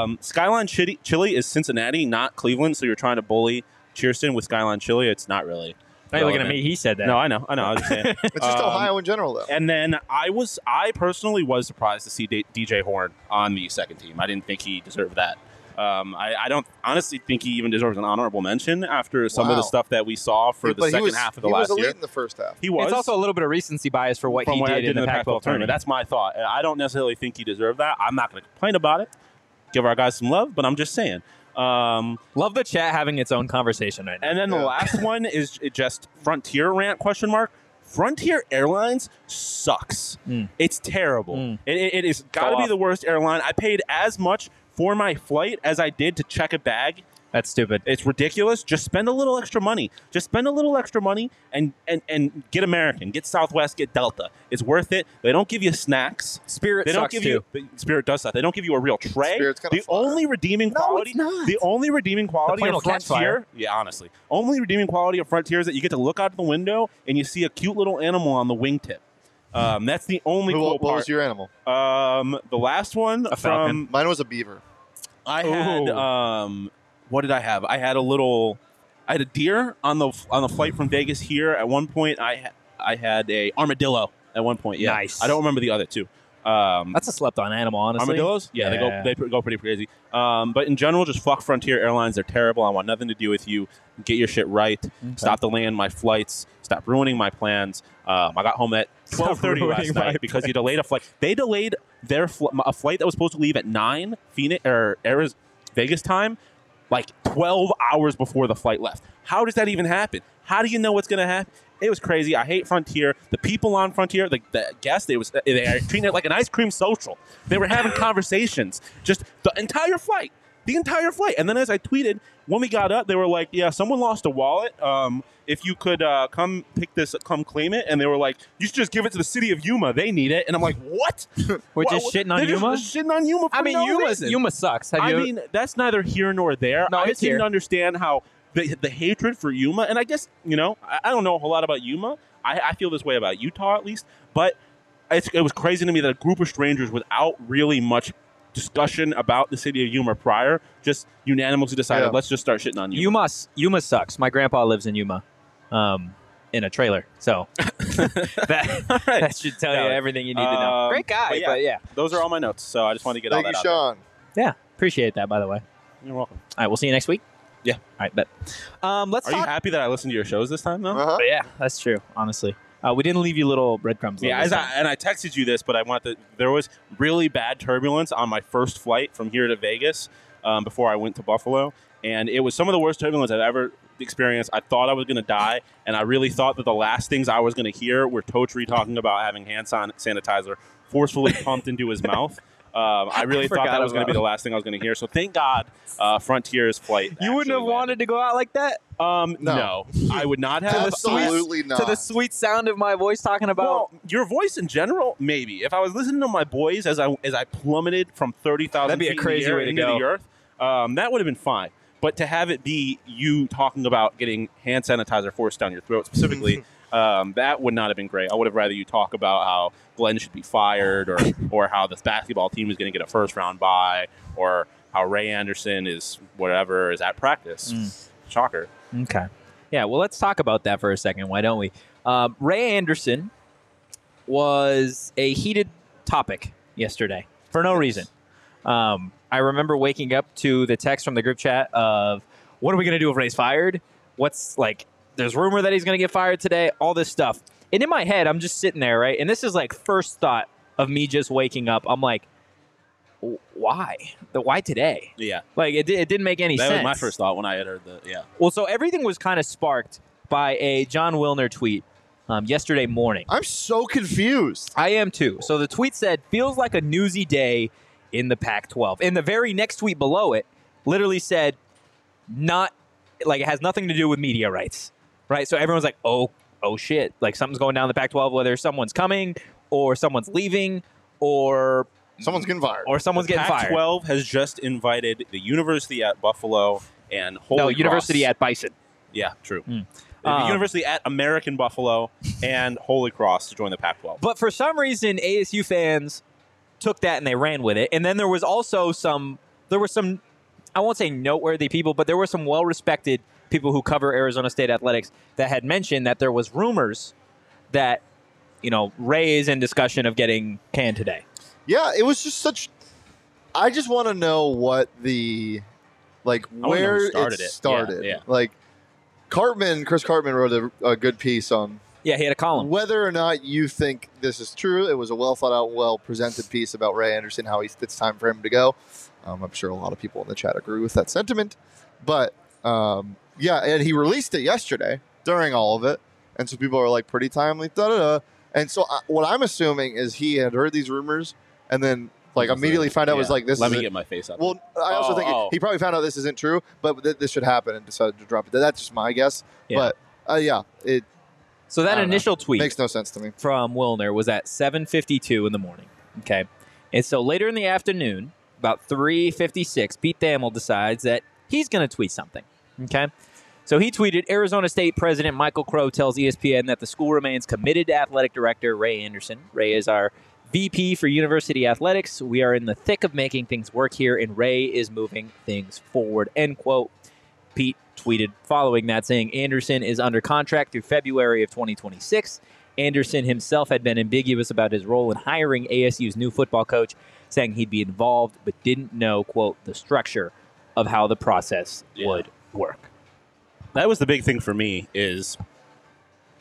Speaker 3: Um, Skyline chili, chili is Cincinnati, not Cleveland. So you're trying to bully Cheerston with Skyline chili. It's not really.
Speaker 1: Now you're looking at
Speaker 3: relevant.
Speaker 1: me. He said that.
Speaker 3: No, I know. I know. I was just saying.
Speaker 2: It's just
Speaker 3: Um,
Speaker 2: Ohio in general though.
Speaker 3: And then I was, I personally was surprised to see D- DJ Horn on the second team. I didn't think he deserved that. Um, I, I don't honestly think he even deserves an honorable mention after some of
Speaker 2: Wow.
Speaker 3: the stuff that we saw for the
Speaker 2: But he
Speaker 3: second
Speaker 2: was-
Speaker 3: half of the
Speaker 2: he was
Speaker 3: last
Speaker 2: elite
Speaker 3: year.
Speaker 2: in the first half.
Speaker 3: He was
Speaker 1: It's also a little bit of recency bias for what
Speaker 3: from
Speaker 1: he
Speaker 3: what
Speaker 1: did,
Speaker 3: I did
Speaker 1: in the Pac-12 tournament.
Speaker 3: That's my thought. And I don't necessarily think he deserved that. I'm not going to complain about it. Give our guys some love, but I'm just saying. Um,
Speaker 1: Love the chat having its own conversation right now.
Speaker 3: and then
Speaker 2: Yeah.
Speaker 3: the last one is j- just Frontier rant question mark. Frontier Airlines sucks.
Speaker 1: Mm.
Speaker 3: It's terrible.
Speaker 1: Mm.
Speaker 3: It, it, it is got to be
Speaker 1: off.
Speaker 3: the worst airline. I paid as much for my flight as I did to check a bag.
Speaker 1: That's stupid.
Speaker 3: It's ridiculous. Just spend a little extra money. Just spend a little extra money and and and get American, get Southwest, get Delta. It's worth it. They don't give you snacks.
Speaker 1: Spirit
Speaker 3: They don't
Speaker 1: sucks
Speaker 3: give
Speaker 1: too.
Speaker 3: you the Spirit does that. They don't give you a real tray.
Speaker 2: Spirit's kinda
Speaker 3: the
Speaker 2: fire.
Speaker 3: only redeeming quality, the only redeeming quality
Speaker 1: plane will
Speaker 3: of
Speaker 1: catch
Speaker 3: Frontier, yeah, honestly, only redeeming quality of Frontier is that you get to look out the window and you see a cute little animal on the wingtip. Um, that's the only
Speaker 2: Who-
Speaker 3: cool
Speaker 2: what was
Speaker 3: part.
Speaker 2: your animal?
Speaker 3: um, the last one
Speaker 1: A
Speaker 3: from
Speaker 1: falcon.
Speaker 2: Mine was a beaver.
Speaker 3: I had
Speaker 1: Ooh.
Speaker 3: um, what did I have? I had a little, I had a deer on the on the flight from Vegas here. At one point, I ha- I had a armadillo. At one point, yeah,
Speaker 1: Nice.
Speaker 3: I don't remember the other two. Um,
Speaker 1: That's a slept on animal, honestly.
Speaker 3: Armadillos? Yeah, they go they go pretty crazy. Um, but in general, just fuck Frontier Airlines. They're terrible. I want nothing to do with you. Get your shit right. Stop delaying my flights. Stop ruining my plans. Um, I got home at
Speaker 1: Stop
Speaker 3: twelve thirty
Speaker 1: ruining
Speaker 3: last
Speaker 1: my
Speaker 3: night because you delayed a flight. They delayed their fl- a flight that was supposed to leave at nine Phoenix or Arizona, Vegas time, like twelve hours before the flight left. How does that even happen? How do you know what's going to happen? It was crazy. I hate Frontier. The people on Frontier, the, the guests, they was they are treating it like an ice cream social. They were having conversations just the entire flight, the entire flight. And then as I tweeted, when we got up, they were like, "Yeah, someone lost a wallet. Um, if you could uh, come pick this, come claim it." And they were like, "You should just give it to the city of Yuma. They need it." And I'm like, "What?
Speaker 1: We're
Speaker 3: Wha-
Speaker 1: just shitting on
Speaker 3: they're
Speaker 1: Yuma?
Speaker 3: Just shitting on Yuma. For
Speaker 5: I mean,
Speaker 3: no
Speaker 5: Yuma
Speaker 3: reason.
Speaker 5: Yuma sucks. Have
Speaker 3: I
Speaker 5: you?
Speaker 3: mean, that's neither here nor there.
Speaker 5: No,
Speaker 3: I
Speaker 5: it's
Speaker 3: just didn't
Speaker 5: here.
Speaker 3: understand how the, the hatred for Yuma, and I guess, you know, I, I don't know a whole lot about Yuma. I, I feel this way about Utah at least, but it's, it was crazy to me that a group of strangers without really much discussion about the city of Yuma prior just unanimously decided,
Speaker 2: Yeah.
Speaker 3: let's just start shitting on Yuma.
Speaker 1: Yuma s- Yuma sucks. My grandpa lives in Yuma, um, in a trailer, so that
Speaker 3: All right.
Speaker 1: that should tell you
Speaker 3: Valid.
Speaker 1: everything you need to know.
Speaker 3: Um,
Speaker 1: Great guy,
Speaker 3: but yeah.
Speaker 1: but yeah,
Speaker 3: Those are all my notes, so I just wanted to get
Speaker 2: Thank
Speaker 3: all
Speaker 2: you,
Speaker 3: that out.
Speaker 2: Sean.
Speaker 1: yeah, appreciate that. By the way, all
Speaker 3: there. You're welcome.
Speaker 1: right, we'll see you next week.
Speaker 3: Yeah.
Speaker 1: all right, bet. Um, let's
Speaker 3: Are you
Speaker 1: talk.
Speaker 3: happy that I listened to your shows this time, though?
Speaker 2: Uh-huh.
Speaker 1: but yeah, that's true. Honestly, uh, we didn't leave you little breadcrumbs.
Speaker 3: Yeah,
Speaker 1: though, this
Speaker 3: as I,
Speaker 1: time.
Speaker 3: and I texted you this, but I want the there was really bad turbulence on my first flight from here to Vegas um, before I went to Buffalo, and it was some of the worst turbulence I've ever experienced. I thought I was going to die, and I really thought that the last things I was going to hear were Totri talking about having hand san- sanitizer forcefully pumped into his mouth. Um, I really thought
Speaker 1: forgot
Speaker 3: that was going to be
Speaker 1: about-
Speaker 3: the last thing I was going to hear. So thank God, uh, Frontier's flight.
Speaker 1: you wouldn't
Speaker 3: actually
Speaker 1: have wanted
Speaker 3: landed.
Speaker 1: to go out like that
Speaker 3: Um,
Speaker 2: No.
Speaker 3: no. I would not have.
Speaker 2: Absolutely not.
Speaker 5: to the sweet sound of my voice talking about.
Speaker 3: Well, your voice in general, maybe. If I was listening to my boys as I as I plummeted from thirty thousand
Speaker 1: That'd be a
Speaker 3: feet
Speaker 1: crazy
Speaker 3: in the air
Speaker 1: way to
Speaker 3: into
Speaker 1: go.
Speaker 3: the earth, um, that would have been fine. But to have it be you talking about getting hand sanitizer forced down your throat specifically, um, that would not have been great. I would have rather you talk about how Glenn should be fired, or or how this basketball team is going to get a first round bye, or how Ray Anderson is whatever is at practice.
Speaker 1: Mm.
Speaker 3: Shocker.
Speaker 1: Okay. Yeah, well, let's talk about that for a second. Why don't we? Um, Ray Anderson was a heated topic yesterday for no reason. Um, I remember waking up to the text from the group chat of, what are we going to do if Ray's fired? What's like, there's rumor that he's going to get fired today, all this stuff. And in my head, I'm just sitting there, right? And this is like first thought of me just waking up. I'm like, "W- why? The, why today?
Speaker 3: Yeah,
Speaker 1: Like, it, di- it didn't make any
Speaker 3: that
Speaker 1: sense.
Speaker 3: was my first thought when I had heard the yeah.
Speaker 1: Well, so everything was kind of sparked by a John Wilner tweet um, yesterday morning.
Speaker 2: I'm so confused.
Speaker 1: I am too. So the tweet said, feels like a newsy day in the Pac 12. And the very next tweet below it literally said, not like it has nothing to do with media rights, right? So everyone's like, oh, oh shit, like something's going down in the Pac 12, whether someone's coming or someone's leaving or
Speaker 2: Someone's getting fired.
Speaker 1: or someone's getting fired.
Speaker 3: Pac-12 has just invited the university at Buffalo and Holy
Speaker 1: no,
Speaker 3: Cross-
Speaker 1: University at Bison.
Speaker 3: yeah, true. The
Speaker 1: Um,
Speaker 3: university at American Buffalo and Holy Cross to join the Pac-12.
Speaker 1: But for some reason, ASU fans took that and they ran with it. And then there was also some, there were some, I won't say noteworthy people, but there were some well respected people who cover Arizona State athletics that had mentioned that there was rumors that, you know, Ray is in discussion of getting canned today.
Speaker 2: Yeah, it was just such. I just want to know what the like
Speaker 3: know who
Speaker 2: where
Speaker 3: started
Speaker 2: it
Speaker 3: it.
Speaker 2: started.
Speaker 3: Yeah, yeah.
Speaker 2: Like Cartman, Chris Cartman wrote a, a good piece on
Speaker 1: Yeah, he had a column.
Speaker 2: whether or not you think this is true. It was a well thought out, well presented piece about Ray Anderson, how he's, it's time for him to go. Um, I'm sure a lot of people in the chat agree with that sentiment, but um, yeah, and he released it yesterday during all of it, and so people are like pretty timely, da da da. And so I, what I'm assuming is he had heard these rumors and then like immediately found out was
Speaker 3: Yeah.
Speaker 2: like this.
Speaker 3: Let
Speaker 2: is
Speaker 3: me
Speaker 2: it.
Speaker 3: get my face up.
Speaker 2: Well, I also
Speaker 3: Oh,
Speaker 2: think
Speaker 3: oh.
Speaker 2: he probably found out this isn't true, but th- this should happen and decided to drop it. That's just my guess.
Speaker 1: Yeah.
Speaker 2: But uh, yeah, it
Speaker 1: So
Speaker 2: I
Speaker 1: that
Speaker 2: don't know.
Speaker 1: initial tweet
Speaker 2: makes no sense to me.
Speaker 1: from Wilner was at 7:52 in the morning. Okay, and so later in the afternoon, about 3:56, Pete Thamel decides that he's going to tweet something. Okay, so he tweeted: Arizona State President Michael Crow tells E ESPN that the school remains committed to athletic director Ray Anderson. Ray is our VP for University Athletics. We are in the thick of making things work here, and Ray is moving things forward. End quote. Pete tweeted following that saying Anderson is under contract through February of 2026 Anderson himself had been ambiguous about his role in hiring ASU's new football coach, saying he'd be involved but didn't know, quote, the structure of how the process
Speaker 3: Yeah.
Speaker 1: would work.
Speaker 3: That was the big thing for me is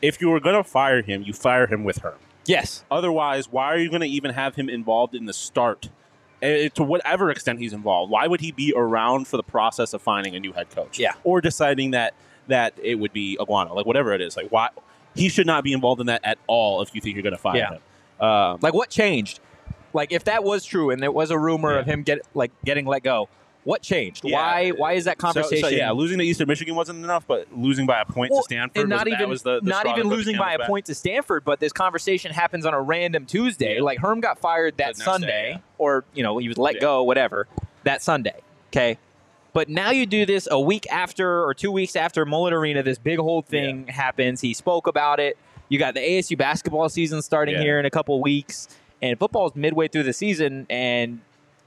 Speaker 3: if you were going to fire him, you fire him with Herm.
Speaker 1: Yes.
Speaker 3: Otherwise, why are you going to even have him involved in the start? Eh, To whatever extent he's involved, why would he be around for the process of finding a new head coach?
Speaker 1: Yeah.
Speaker 3: or deciding that that it would be Aguano, like whatever it is. Like why he should not be involved in that at all. If you think you're going to fire
Speaker 1: Yeah.
Speaker 3: him, um,
Speaker 1: Like what changed? Like if that was true and there was a rumor
Speaker 3: Yeah.
Speaker 1: of him get like getting let go, what changed?
Speaker 3: Yeah.
Speaker 1: Why why is that
Speaker 3: so-
Speaker 1: conversation
Speaker 3: So, yeah, losing to Eastern Michigan wasn't enough, but losing by a point
Speaker 1: Well,
Speaker 3: to Stanford
Speaker 1: and
Speaker 3: was-
Speaker 1: not
Speaker 3: that
Speaker 1: even
Speaker 3: was the, the
Speaker 1: not
Speaker 3: straw that
Speaker 1: even
Speaker 3: broke the
Speaker 1: losing
Speaker 3: camel's
Speaker 1: by a
Speaker 3: back.
Speaker 1: point to Stanford, but this conversation happens on a random Tuesday.
Speaker 3: Yeah.
Speaker 1: Like Herm got fired that
Speaker 3: The next day,
Speaker 1: Sunday,
Speaker 3: yeah.
Speaker 1: or you know he was let
Speaker 3: Yeah.
Speaker 1: go, whatever, that Sunday. Okay, but now you do this a week after or two weeks after Mullet Arena. This big whole thing happens. He spoke about it. You got the ASU basketball season starting
Speaker 3: Yeah.
Speaker 1: here in a couple weeks, and football's midway through the season, and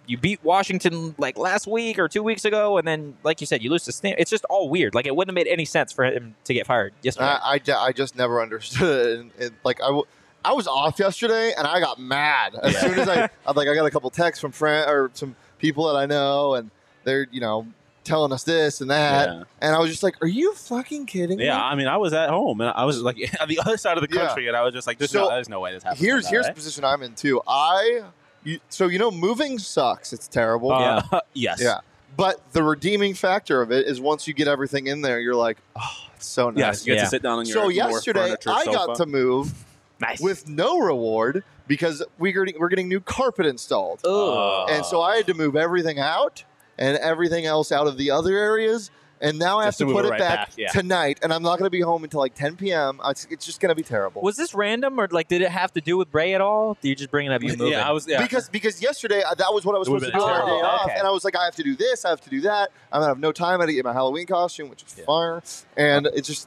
Speaker 1: you beat Washington like last week or two weeks ago, and then like you said, you lose to Stan. It's just all weird. Like it wouldn't have made any sense for him to get fired. Yes,
Speaker 2: I, I, ju- I just never understood. it. And, and, like I, w- I was off yesterday, and I got mad as
Speaker 3: Yeah.
Speaker 2: soon as I, I'm like, I got a couple texts from friend or some people that I know, and they're you know telling us this and that,
Speaker 3: Yeah.
Speaker 2: and I was just like, Are you fucking kidding
Speaker 3: Yeah,
Speaker 2: me?
Speaker 3: I mean, I was at home and I was like on the other side of the
Speaker 2: Yeah.
Speaker 3: country, and I was just like, "There's
Speaker 2: So,
Speaker 3: no, there's no way this happens."
Speaker 2: Here's
Speaker 3: like
Speaker 2: here's
Speaker 3: that,
Speaker 2: the position I'm in too. I, you, so you know, moving sucks. It's terrible.
Speaker 3: right? Uh, yes,
Speaker 2: Yeah. But the redeeming factor of it is once you get everything in there, you're like, oh, it's so nice.
Speaker 3: yes. You get
Speaker 1: Yeah.
Speaker 3: to sit down on your
Speaker 2: So
Speaker 3: more
Speaker 2: yesterday,
Speaker 3: furniture
Speaker 2: I
Speaker 3: sofa.
Speaker 2: got to move
Speaker 1: nice.
Speaker 2: with no reward because we're getting, we're getting new carpet installed.
Speaker 1: Ugh.
Speaker 2: and so I had to move everything out and everything else out of the other areas. And now I have
Speaker 3: Just
Speaker 2: to
Speaker 3: to move
Speaker 2: put
Speaker 3: it
Speaker 2: it
Speaker 3: right
Speaker 2: back,
Speaker 3: back, yeah.
Speaker 2: tonight. And I'm not going to be home until like 10 p.m. It's, it's just going to be terrible.
Speaker 1: was this random or like did it have to do with Bray at all? Do you just bring it up? You moving?
Speaker 3: yeah, I was yeah.
Speaker 2: Because because yesterday uh, that was what I was
Speaker 3: It would've
Speaker 2: supposed to
Speaker 1: a
Speaker 2: do
Speaker 3: been
Speaker 2: on our day
Speaker 1: terrible day.
Speaker 2: off,
Speaker 1: Okay.
Speaker 2: and I was like, I have to do this, I have to do that. I'm gonna have no time. I had to get my Halloween costume, which was fire, and it just.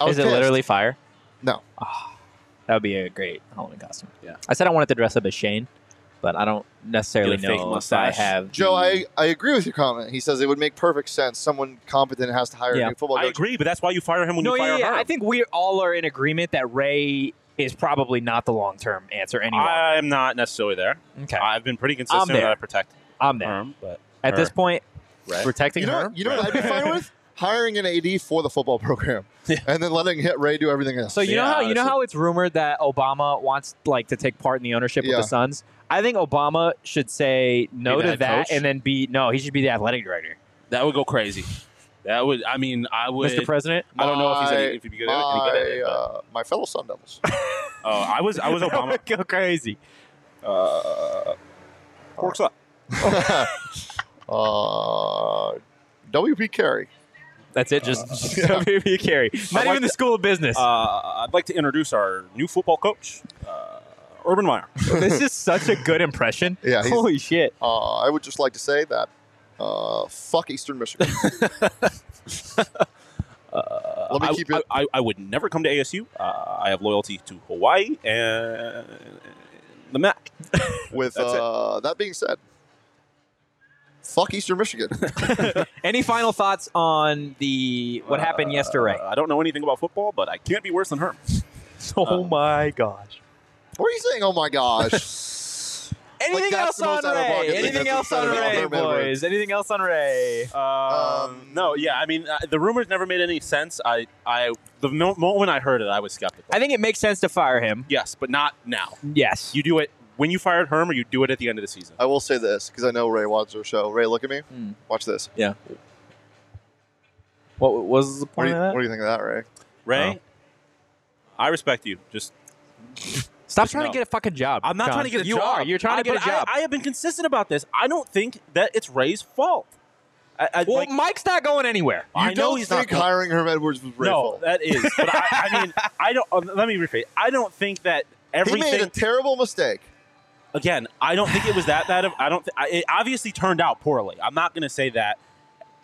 Speaker 2: I was
Speaker 1: Is it
Speaker 2: pissed.
Speaker 1: literally fire?
Speaker 2: No.
Speaker 1: Ah, that would be a great Halloween costume.
Speaker 3: Yeah.
Speaker 1: I said I wanted to dress up as Shane, but I don't necessarily
Speaker 3: Get a fake
Speaker 1: know if I
Speaker 3: mustache.
Speaker 1: have.
Speaker 2: Joe?
Speaker 1: the-
Speaker 2: I, I agree with your comment. He says it would make perfect sense. Someone competent has to hire
Speaker 1: Yeah.
Speaker 2: a new football
Speaker 3: I
Speaker 2: coach.
Speaker 3: agree, but that's why you fire him when
Speaker 1: no,
Speaker 3: you
Speaker 1: yeah,
Speaker 3: fire
Speaker 1: yeah.
Speaker 3: her.
Speaker 1: I think we all are in agreement that Ray is probably not the long term answer anyway.
Speaker 3: I'm not necessarily there.
Speaker 1: okay,
Speaker 3: I've been pretty consistent
Speaker 1: there.
Speaker 3: that I protect
Speaker 1: I'm there.
Speaker 3: Herm, but
Speaker 1: At this
Speaker 3: her.
Speaker 1: point,
Speaker 3: Right.
Speaker 1: protecting
Speaker 2: You know,
Speaker 1: her.
Speaker 2: what- you know what I'd be fine with hiring an AD for the football program, and then letting hit Ray do everything else.
Speaker 1: So you know
Speaker 3: Yeah,
Speaker 1: how you know
Speaker 3: honestly.
Speaker 1: how it's rumored that Obama wants like to take part in the ownership
Speaker 2: Yeah.
Speaker 1: of the Suns. I think Obama should say no
Speaker 3: the
Speaker 1: to
Speaker 3: head
Speaker 1: that
Speaker 3: coach?
Speaker 1: and then be no. He should be the athletic director,
Speaker 3: that would go crazy. That would. I mean, I would.
Speaker 1: Mr. President.
Speaker 3: I don't know if he's
Speaker 2: My-
Speaker 3: any, if he'd be good at it. Any good at
Speaker 2: my,
Speaker 3: it but,
Speaker 2: uh, my fellow Sun Devils.
Speaker 3: oh, I was. I was
Speaker 1: That
Speaker 3: Obama.
Speaker 1: would go crazy.
Speaker 3: uh, Pork's up.
Speaker 2: uh, WP Carey.
Speaker 1: That's it. Just
Speaker 2: Uh,
Speaker 1: WB Carey. Not
Speaker 3: like
Speaker 1: even the school of business.
Speaker 3: Uh, I'd like to introduce our new football coach, uh, Urban Meyer.
Speaker 1: this is such a good impression.
Speaker 2: Yeah, he's-
Speaker 1: Holy shit.
Speaker 2: Uh, I would just like to say that uh, fuck Eastern Michigan. Let me
Speaker 3: Uh, I,
Speaker 2: keep it.
Speaker 3: I, I, I would never come to ASU. Uh, I have loyalty to Hawaii and the MAC.
Speaker 2: with
Speaker 3: that's it.
Speaker 2: uh, that being said, fuck Eastern Michigan.
Speaker 1: Any final thoughts on the what happened yesterday?
Speaker 3: Uh, I don't know anything about football, but I can't be worse than her.
Speaker 1: oh my gosh.
Speaker 2: what are you saying? Oh my gosh!
Speaker 1: Anything
Speaker 2: that's
Speaker 1: else
Speaker 2: the
Speaker 1: on
Speaker 2: most out of pocket
Speaker 1: Ray?
Speaker 2: thing
Speaker 1: Anything
Speaker 2: that's
Speaker 1: else on
Speaker 2: said about
Speaker 1: Ray,
Speaker 2: Herm Edwards.
Speaker 1: boys? Anything else on Ray?
Speaker 3: Um,
Speaker 2: Um,
Speaker 3: no, yeah, I mean, uh, the rumors never made any sense. I, I, the mo- moment I heard it, I was skeptical.
Speaker 1: I think it makes sense to fire him.
Speaker 3: yes, but not now.
Speaker 1: Yes.
Speaker 3: You do it when you fired Herm, or you do it at the end of the season.
Speaker 2: I will say this because I know Ray watches our show. Ray, look at me.
Speaker 1: Hmm.
Speaker 2: Watch this.
Speaker 1: What was the
Speaker 2: What do, you, what do you think of that, Ray? oh.
Speaker 3: Ray, I respect you. Just
Speaker 1: Stop
Speaker 3: Just
Speaker 1: trying
Speaker 3: no.
Speaker 1: to get a fucking job.
Speaker 3: I'm not
Speaker 1: John.
Speaker 3: trying to get a
Speaker 1: you
Speaker 3: job.
Speaker 1: are. You're trying to
Speaker 3: I-
Speaker 1: get
Speaker 3: but
Speaker 1: a job.
Speaker 3: I, I have been consistent about this. I don't think that it's Ray's fault. I, I,
Speaker 1: well,
Speaker 3: like,
Speaker 1: Mike's not going anywhere.
Speaker 2: You
Speaker 3: I
Speaker 2: don't
Speaker 3: know he's not
Speaker 2: think
Speaker 3: going-
Speaker 2: hiring Herm Edwards was
Speaker 3: no,
Speaker 2: grateful?
Speaker 3: that is. But I, I mean, I don't. um, let me rephrase. I don't think that
Speaker 2: he
Speaker 3: everything.
Speaker 2: made a terrible mistake.
Speaker 3: again, I don't think it was that bad of. I don't. Th- I, it obviously turned out poorly. I'm not going to say that.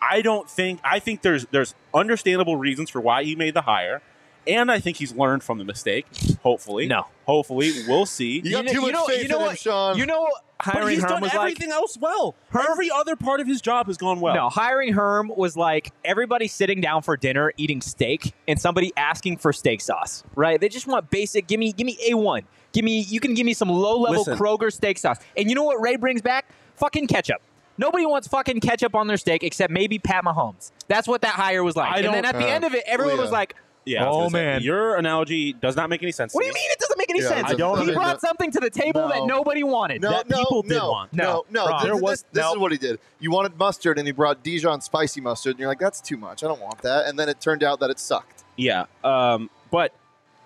Speaker 3: I don't think. I think there's there's understandable reasons for why he made the hire, and I think he's learned from the mistake. Hopefully,
Speaker 1: No.
Speaker 3: Hopefully, we'll see.
Speaker 2: You,
Speaker 1: You
Speaker 2: got
Speaker 1: know-
Speaker 2: too
Speaker 1: you
Speaker 2: much
Speaker 1: know-
Speaker 2: faith
Speaker 1: you know
Speaker 2: in him,
Speaker 1: what-
Speaker 2: Sean.
Speaker 1: You know,
Speaker 3: Um, But
Speaker 1: hiring
Speaker 3: he's
Speaker 1: Herm
Speaker 3: done
Speaker 1: was like
Speaker 3: everything else well. Every other part of his job has gone well.
Speaker 1: No, hiring Herm was like everybody sitting down for dinner eating steak and somebody asking for steak sauce, right? They just want basic. Give me, give me a one. Give me, you can give me some low level
Speaker 3: Listen.
Speaker 1: Kroger steak sauce. And you know what Ray brings back? Fucking ketchup. Nobody wants fucking ketchup on their steak except maybe Pat Mahomes. That's what that hire was like.
Speaker 3: I
Speaker 1: and then
Speaker 3: don't-
Speaker 1: at the
Speaker 2: uh,
Speaker 1: end of it, everyone
Speaker 2: yeah.
Speaker 1: was like,
Speaker 3: Yeah. I was
Speaker 1: Oh,
Speaker 3: gonna say,
Speaker 1: man.
Speaker 3: your analogy does not make any sense.
Speaker 1: "What
Speaker 3: to
Speaker 1: do you
Speaker 3: me.
Speaker 1: mean it doesn't make any
Speaker 2: Yeah,
Speaker 1: sense?"
Speaker 3: I don't-
Speaker 1: He
Speaker 3: I
Speaker 1: brought something to the table that
Speaker 2: No.
Speaker 1: nobody wanted.
Speaker 2: No,
Speaker 3: That
Speaker 2: no,
Speaker 3: people
Speaker 2: no,
Speaker 3: did want.
Speaker 2: No, no.
Speaker 1: No, wrong.
Speaker 2: This,
Speaker 1: There
Speaker 2: this-
Speaker 1: was-
Speaker 2: this is
Speaker 1: no.
Speaker 2: what he did. You wanted mustard, and he brought Dijon spicy mustard, and you're like, that's too much. I don't want that. And then it turned out that it sucked.
Speaker 3: Yeah. Um, but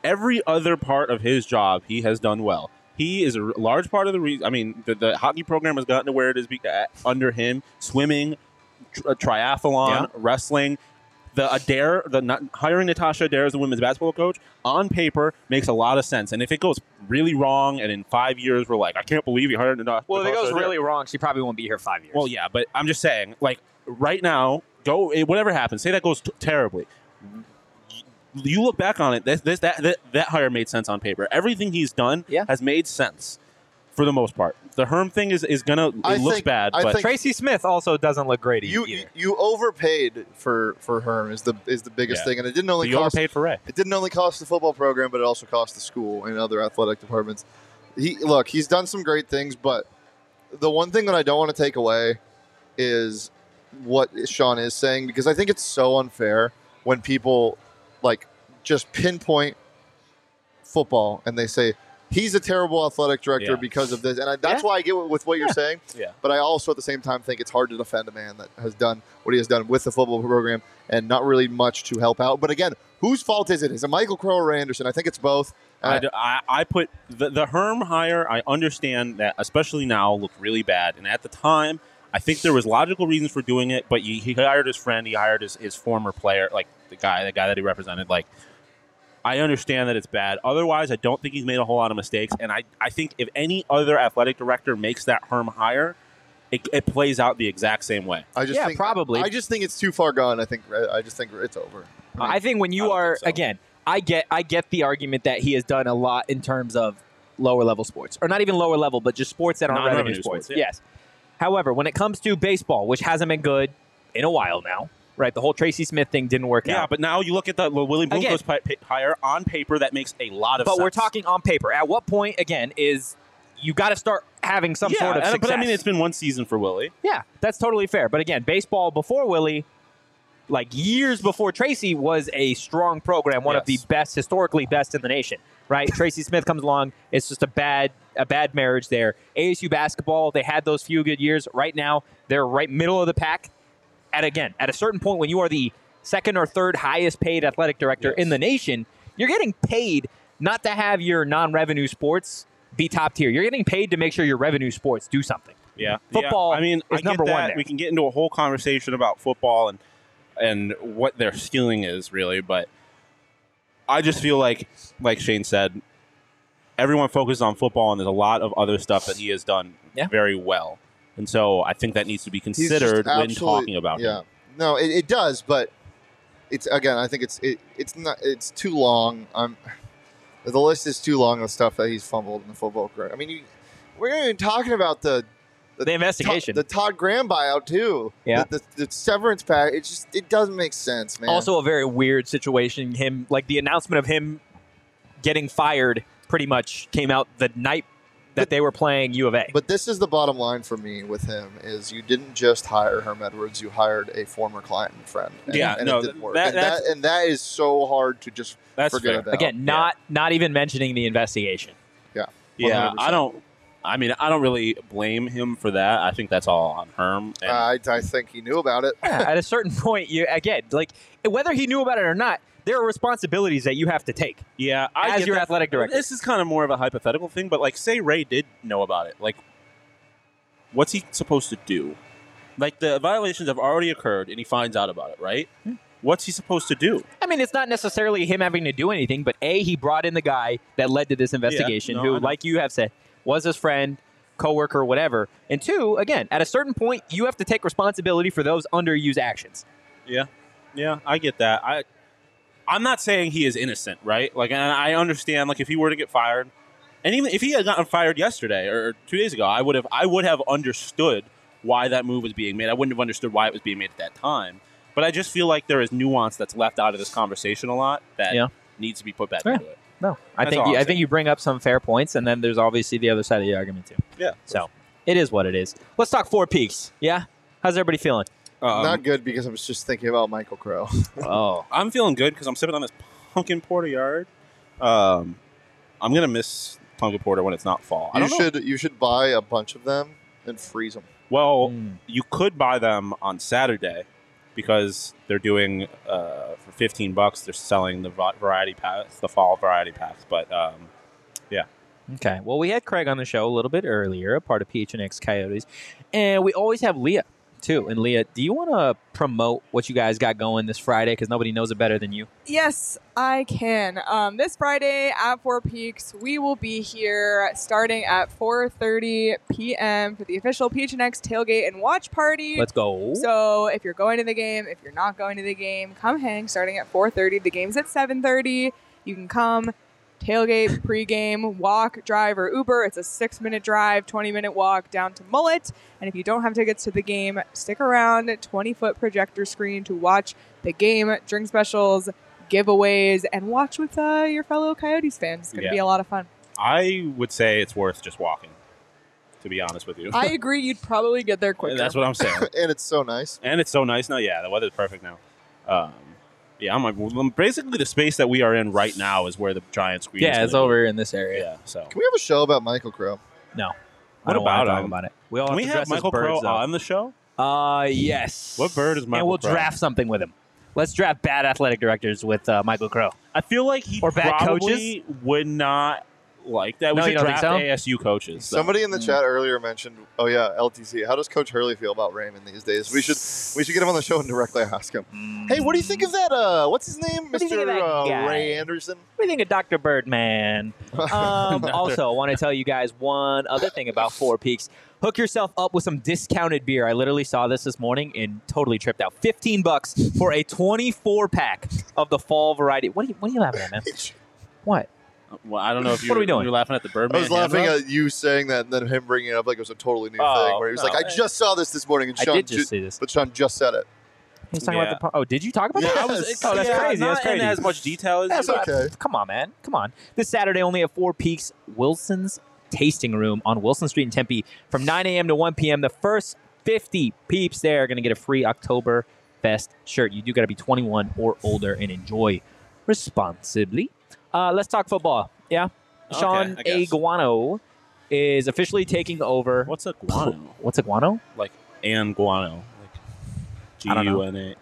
Speaker 3: every other part of his job, he has done well. He is a r- large part of the reason. I mean, the, the hockey program has gotten to where it is be- uh, under him. Swimming, tr- uh, triathlon,
Speaker 1: Yeah.
Speaker 3: wrestling. The Adair, the not, hiring Natasha Adair as the women's basketball coach on paper makes a lot of sense. And if it goes really wrong, and in five years we're like, I can't believe you hired Natasha.
Speaker 1: Well, if it
Speaker 3: Natasha
Speaker 1: goes
Speaker 3: Adair."
Speaker 1: really wrong, she probably won't be here five years.
Speaker 3: Well, yeah, but I'm just saying, like right now, go eh, whatever happens. Say that goes t- terribly. You look back on it. This, this that, that that hire made sense on paper. Everything he's done
Speaker 1: Yeah.
Speaker 3: has made sense for the most part. The Herm thing is is gonna it
Speaker 2: I
Speaker 3: looks
Speaker 2: think-
Speaker 3: bad,
Speaker 2: I
Speaker 3: but
Speaker 2: think-
Speaker 1: Tracy Smith also doesn't look great
Speaker 2: You
Speaker 1: either.
Speaker 2: you overpaid for for Herm is the is the biggest
Speaker 3: Yeah.
Speaker 2: thing, and it didn't only
Speaker 3: you
Speaker 2: cost
Speaker 3: overpaid for Ray.
Speaker 2: It didn't only cost the football program, but it also cost the school and other athletic departments. He look, he's done some great things, but the one thing that I don't want to take away is what Sean is saying because I think it's so unfair when people like just pinpoint football and they say he's a terrible athletic director
Speaker 3: Yeah.
Speaker 2: because of this, and I, that's why I get with what you're saying.
Speaker 3: Yeah.
Speaker 2: But I also at the same time think it's hard to defend a man that has done what he has done with the football program and not really much to help out. But again, whose fault is it? Is it Michael Crow or Ray Anderson? I think it's both.
Speaker 3: I, d- I- I put the, the Herm hire. I understand that, especially now, looked really bad. And at the time, I think there was logical reasons for doing it. But you, he hired his friend. He hired his, his former player, like the guy, the guy that he represented. Like, I understand that it's bad. Otherwise, I don't think he's made a whole lot of mistakes. And I, I think if any other athletic director makes that Herm hire, it, it plays out the exact same way.
Speaker 2: I just
Speaker 1: Yeah,
Speaker 2: think,
Speaker 1: probably.
Speaker 2: I just think it's too far gone. I think I just think it's over.
Speaker 1: I think when
Speaker 3: I
Speaker 1: you
Speaker 3: don't
Speaker 1: are
Speaker 3: think so.
Speaker 1: again, I get I get the argument that he has done a lot in terms of lower level sports, or not even lower level, but just sports that aren't
Speaker 3: Non-revenue
Speaker 1: revenue sports.
Speaker 3: sports, yeah.
Speaker 1: Yes. However, when it comes to baseball, which hasn't been good in a while now, right? The whole Tracy Smith thing didn't work
Speaker 3: Yeah,
Speaker 1: out.
Speaker 3: but now you look at the Willie
Speaker 1: Again-
Speaker 3: Blumkos pi- pi- hire on paper that makes a lot of
Speaker 1: But
Speaker 3: sense.
Speaker 1: we're talking on paper. At what point again is you got to start having some
Speaker 3: yeah,
Speaker 1: sort of
Speaker 3: and-
Speaker 1: success?
Speaker 3: but I mean, it's been one season for Willie.
Speaker 1: Yeah, that's totally fair. But again, baseball before Willie, like years before Tracy, was a strong program, one of the
Speaker 3: Yes.
Speaker 1: best, historically best in the nation. Right? Tracy Smith comes along. It's just a bad, a bad marriage there. ASU basketball, they had those few good years. Right now, they're right middle of the pack. At again, at a certain point, when you are the second or third highest paid athletic director
Speaker 3: Yes.
Speaker 1: in the nation, you're getting paid not to have your non-revenue sports be top tier. You're getting paid to make sure your revenue sports do something.
Speaker 3: Yeah,
Speaker 1: Football
Speaker 3: Yeah. I mean,
Speaker 1: is
Speaker 3: I get
Speaker 1: number one
Speaker 3: that.
Speaker 1: there.
Speaker 3: We can get into a whole conversation about football and and what their ceiling is really, but I just feel like, like Shane said, everyone focuses on football, and there's a lot of other stuff that he has done
Speaker 1: Yeah.
Speaker 3: very well, and so I think that needs to be
Speaker 2: He's just
Speaker 3: considered when
Speaker 2: absolutely-
Speaker 3: talking about
Speaker 2: yeah.
Speaker 3: him.
Speaker 2: No, it, it does, but it's again. I think it's it, it's not it's too long. I'm the list is too long of stuff that he's fumbled in the football career. I mean, you, we're not even talking about the
Speaker 1: The investigation.
Speaker 2: the Todd Graham buyout too.
Speaker 1: Yeah.
Speaker 2: the, the, the severance pack. It just it doesn't make sense, man.
Speaker 1: Also, a very weird situation. Him, like the announcement of him getting fired, pretty much came out the night that they were playing U of A.
Speaker 2: But this is the bottom line for me with him is you didn't just hire Herm Edwards, you hired a former client and friend. And,
Speaker 3: Yeah,
Speaker 2: and
Speaker 3: no,
Speaker 2: it didn't work.
Speaker 3: that-
Speaker 2: and, that,
Speaker 3: that's-
Speaker 2: and that is so hard to just
Speaker 3: That's
Speaker 2: forget
Speaker 3: fair.
Speaker 2: about.
Speaker 1: Again, not not even mentioning the investigation.
Speaker 3: Yeah,
Speaker 2: 100%.
Speaker 3: I don't. I mean, I don't really blame him for that. I think that's all on Herm. And
Speaker 2: I, I think he knew about it.
Speaker 1: At a certain point, you again, like whether he knew about it or not, there are responsibilities that you have to take.
Speaker 3: Yeah, I
Speaker 1: As
Speaker 3: get
Speaker 1: your
Speaker 3: that.
Speaker 1: athletic director.
Speaker 3: This is kind of more of a hypothetical thing, but like, say Ray did know about it. Like, what's he supposed to do? Like, the violations have already occurred, and he finds out about it, right? What's he supposed to do?
Speaker 1: I mean, it's not necessarily him having to do anything, but A, he brought in the guy that led to this investigation,
Speaker 3: no, I
Speaker 1: who,
Speaker 3: know.
Speaker 1: like you have said, was his friend, coworker, whatever. And two, again, at a certain point, you have to take responsibility for those underused actions.
Speaker 3: Yeah, yeah, I get that. I, I'm not saying he is innocent, right? Like, and I understand. Like, if he were to get fired, And even if he had gotten fired yesterday or two days ago, I would have I would have understood why that move was being made. I wouldn't have understood why it was being made at that time. But I just feel like there is nuance that's left out of this conversation a lot that
Speaker 1: Yeah.
Speaker 3: needs to be put back
Speaker 1: Yeah.
Speaker 3: into it.
Speaker 1: No, I
Speaker 3: That's
Speaker 1: think
Speaker 3: all
Speaker 1: you,
Speaker 3: I'm
Speaker 1: I think you bring up some fair points, and then there's obviously the other side of the argument too.
Speaker 3: Yeah.
Speaker 1: So it is what it is. Let's talk Four Peaks. Yeah, how's everybody feeling?
Speaker 3: Um,
Speaker 2: Not good because I was just thinking about Michael Crow.
Speaker 1: Oh,
Speaker 3: I'm feeling good because I'm sipping on this pumpkin porter yard. Um, I'm gonna miss pumpkin porter when it's not fall. I
Speaker 2: you
Speaker 3: don't know-
Speaker 2: should you should buy a bunch of them and freeze them.
Speaker 3: Well,
Speaker 1: Hmm.
Speaker 3: you could buy them on Saturday because they're doing uh, for 15 bucks. They're selling the va- variety packs, the fall variety packs. But um,
Speaker 1: okay. Well, we had Craig on the show a little bit earlier, a part of PHNX Coyotes, and we always have Leah too. And Leah, do you want to promote what you guys got going this Friday? Because nobody knows it better than you.
Speaker 6: Yes, I can. Um, this Friday at Four Peaks, we will be here starting at 4:30 p.m. for the official PHNX tailgate and watch party.
Speaker 1: Let's go.
Speaker 6: so if you're going to the game, if you're not going to the game, come hang. Starting at 4:30, the game's at 7:30. You can come, tailgate, pregame, walk, drive, or Uber. It's a six-minute drive, 20-minute walk down to Mullet. And if you don't have tickets to the game, stick around. 20-foot projector screen to watch the game, drink specials, giveaways, and watch with uh, your fellow Coyotes fans. It's going to
Speaker 3: Yeah.
Speaker 6: be a lot of fun.
Speaker 3: I would say it's worth just walking. To be honest with you,
Speaker 6: I agree. You'd probably get there quicker.
Speaker 3: that's what I'm saying.
Speaker 2: and it's so nice.
Speaker 3: and it's so nice now. Yeah, the weather's perfect now. Um, yeah, I'm like well, um, basically the space that we are in right now is where the giant squeeze.
Speaker 1: yeah, it's over in this area.
Speaker 3: Yeah, so
Speaker 2: Can we have a show about Michael Crow?
Speaker 1: I don't
Speaker 3: What
Speaker 1: wanna
Speaker 3: about,
Speaker 1: talk
Speaker 3: um,
Speaker 1: about it. We all
Speaker 3: Can
Speaker 1: have
Speaker 3: we
Speaker 1: to
Speaker 3: have
Speaker 1: dress as
Speaker 3: Michael
Speaker 1: birds,
Speaker 3: Crow
Speaker 1: though.
Speaker 3: on the show?
Speaker 1: Uh, yes.
Speaker 3: What bird is Michael
Speaker 1: And we'll
Speaker 3: Crow?
Speaker 1: draft something with him. Let's draft bad athletic directors with uh, Michael Crow.
Speaker 3: I feel like he
Speaker 1: Or bad
Speaker 3: probably would not like that. We
Speaker 1: No,
Speaker 3: should
Speaker 1: you don't think
Speaker 3: draft ASU coaches. though.
Speaker 2: Somebody in
Speaker 1: Hmm.
Speaker 2: the chat earlier mentioned, oh yeah, LTC. How does Coach Hurley feel about Raymond these days? We should we should get him on the show and directly ask him.
Speaker 1: Hmm.
Speaker 2: Hey, what do you think of that? Uh, what's his name,
Speaker 1: What do you think
Speaker 2: Mister
Speaker 1: of that
Speaker 2: uh,
Speaker 1: guy?
Speaker 2: Ray Anderson?
Speaker 1: What do you think of Dr. Birdman? Um, also, I want to tell you guys one other thing about Four Peaks. Hook yourself up with some discounted beer. I literally saw this this morning and totally tripped out. 15 bucks for a 24 pack of the fall variety. What are you, what are you laughing at, man? What?
Speaker 3: Well, I don't know if you're,
Speaker 1: What are we doing?
Speaker 3: you're laughing at the Birdman.
Speaker 2: I was laughing
Speaker 3: hand rub?
Speaker 2: at you saying that, and then him bringing it up like it was a totally new
Speaker 3: Oh,
Speaker 2: thing. Where he was
Speaker 3: no,
Speaker 2: like, "I
Speaker 3: I-
Speaker 2: just saw this this morning," and
Speaker 1: I
Speaker 2: Sean,
Speaker 1: did just
Speaker 2: ju-
Speaker 1: see this.
Speaker 2: but Sean just said it.
Speaker 1: He's talking
Speaker 3: Yeah.
Speaker 1: about the. Par- oh, did you talk about
Speaker 2: Yeah,
Speaker 1: that?
Speaker 2: I was-
Speaker 1: oh, that's
Speaker 3: Yeah,
Speaker 1: crazy.
Speaker 3: Not
Speaker 1: That's crazy.
Speaker 3: in as much detail as
Speaker 1: That's
Speaker 3: you.
Speaker 2: okay.
Speaker 1: what I- Come on, man. Come on. This Saturday only at Four Peaks, Wilson's Tasting Room on Wilson Street in Tempe from 9 a.m. to 1 p.m. The first 50 peeps there are going to get a free October Fest shirt. You do got to be 21 or older and enjoy responsibly. Uh, let's talk football. Yeah.
Speaker 3: Okay,
Speaker 1: Sean
Speaker 3: I guess.
Speaker 1: Aguano is officially taking over.
Speaker 3: What's a guano?
Speaker 1: What's Aguano?
Speaker 3: like and guano. Like G
Speaker 1: I don't know.
Speaker 3: U N A.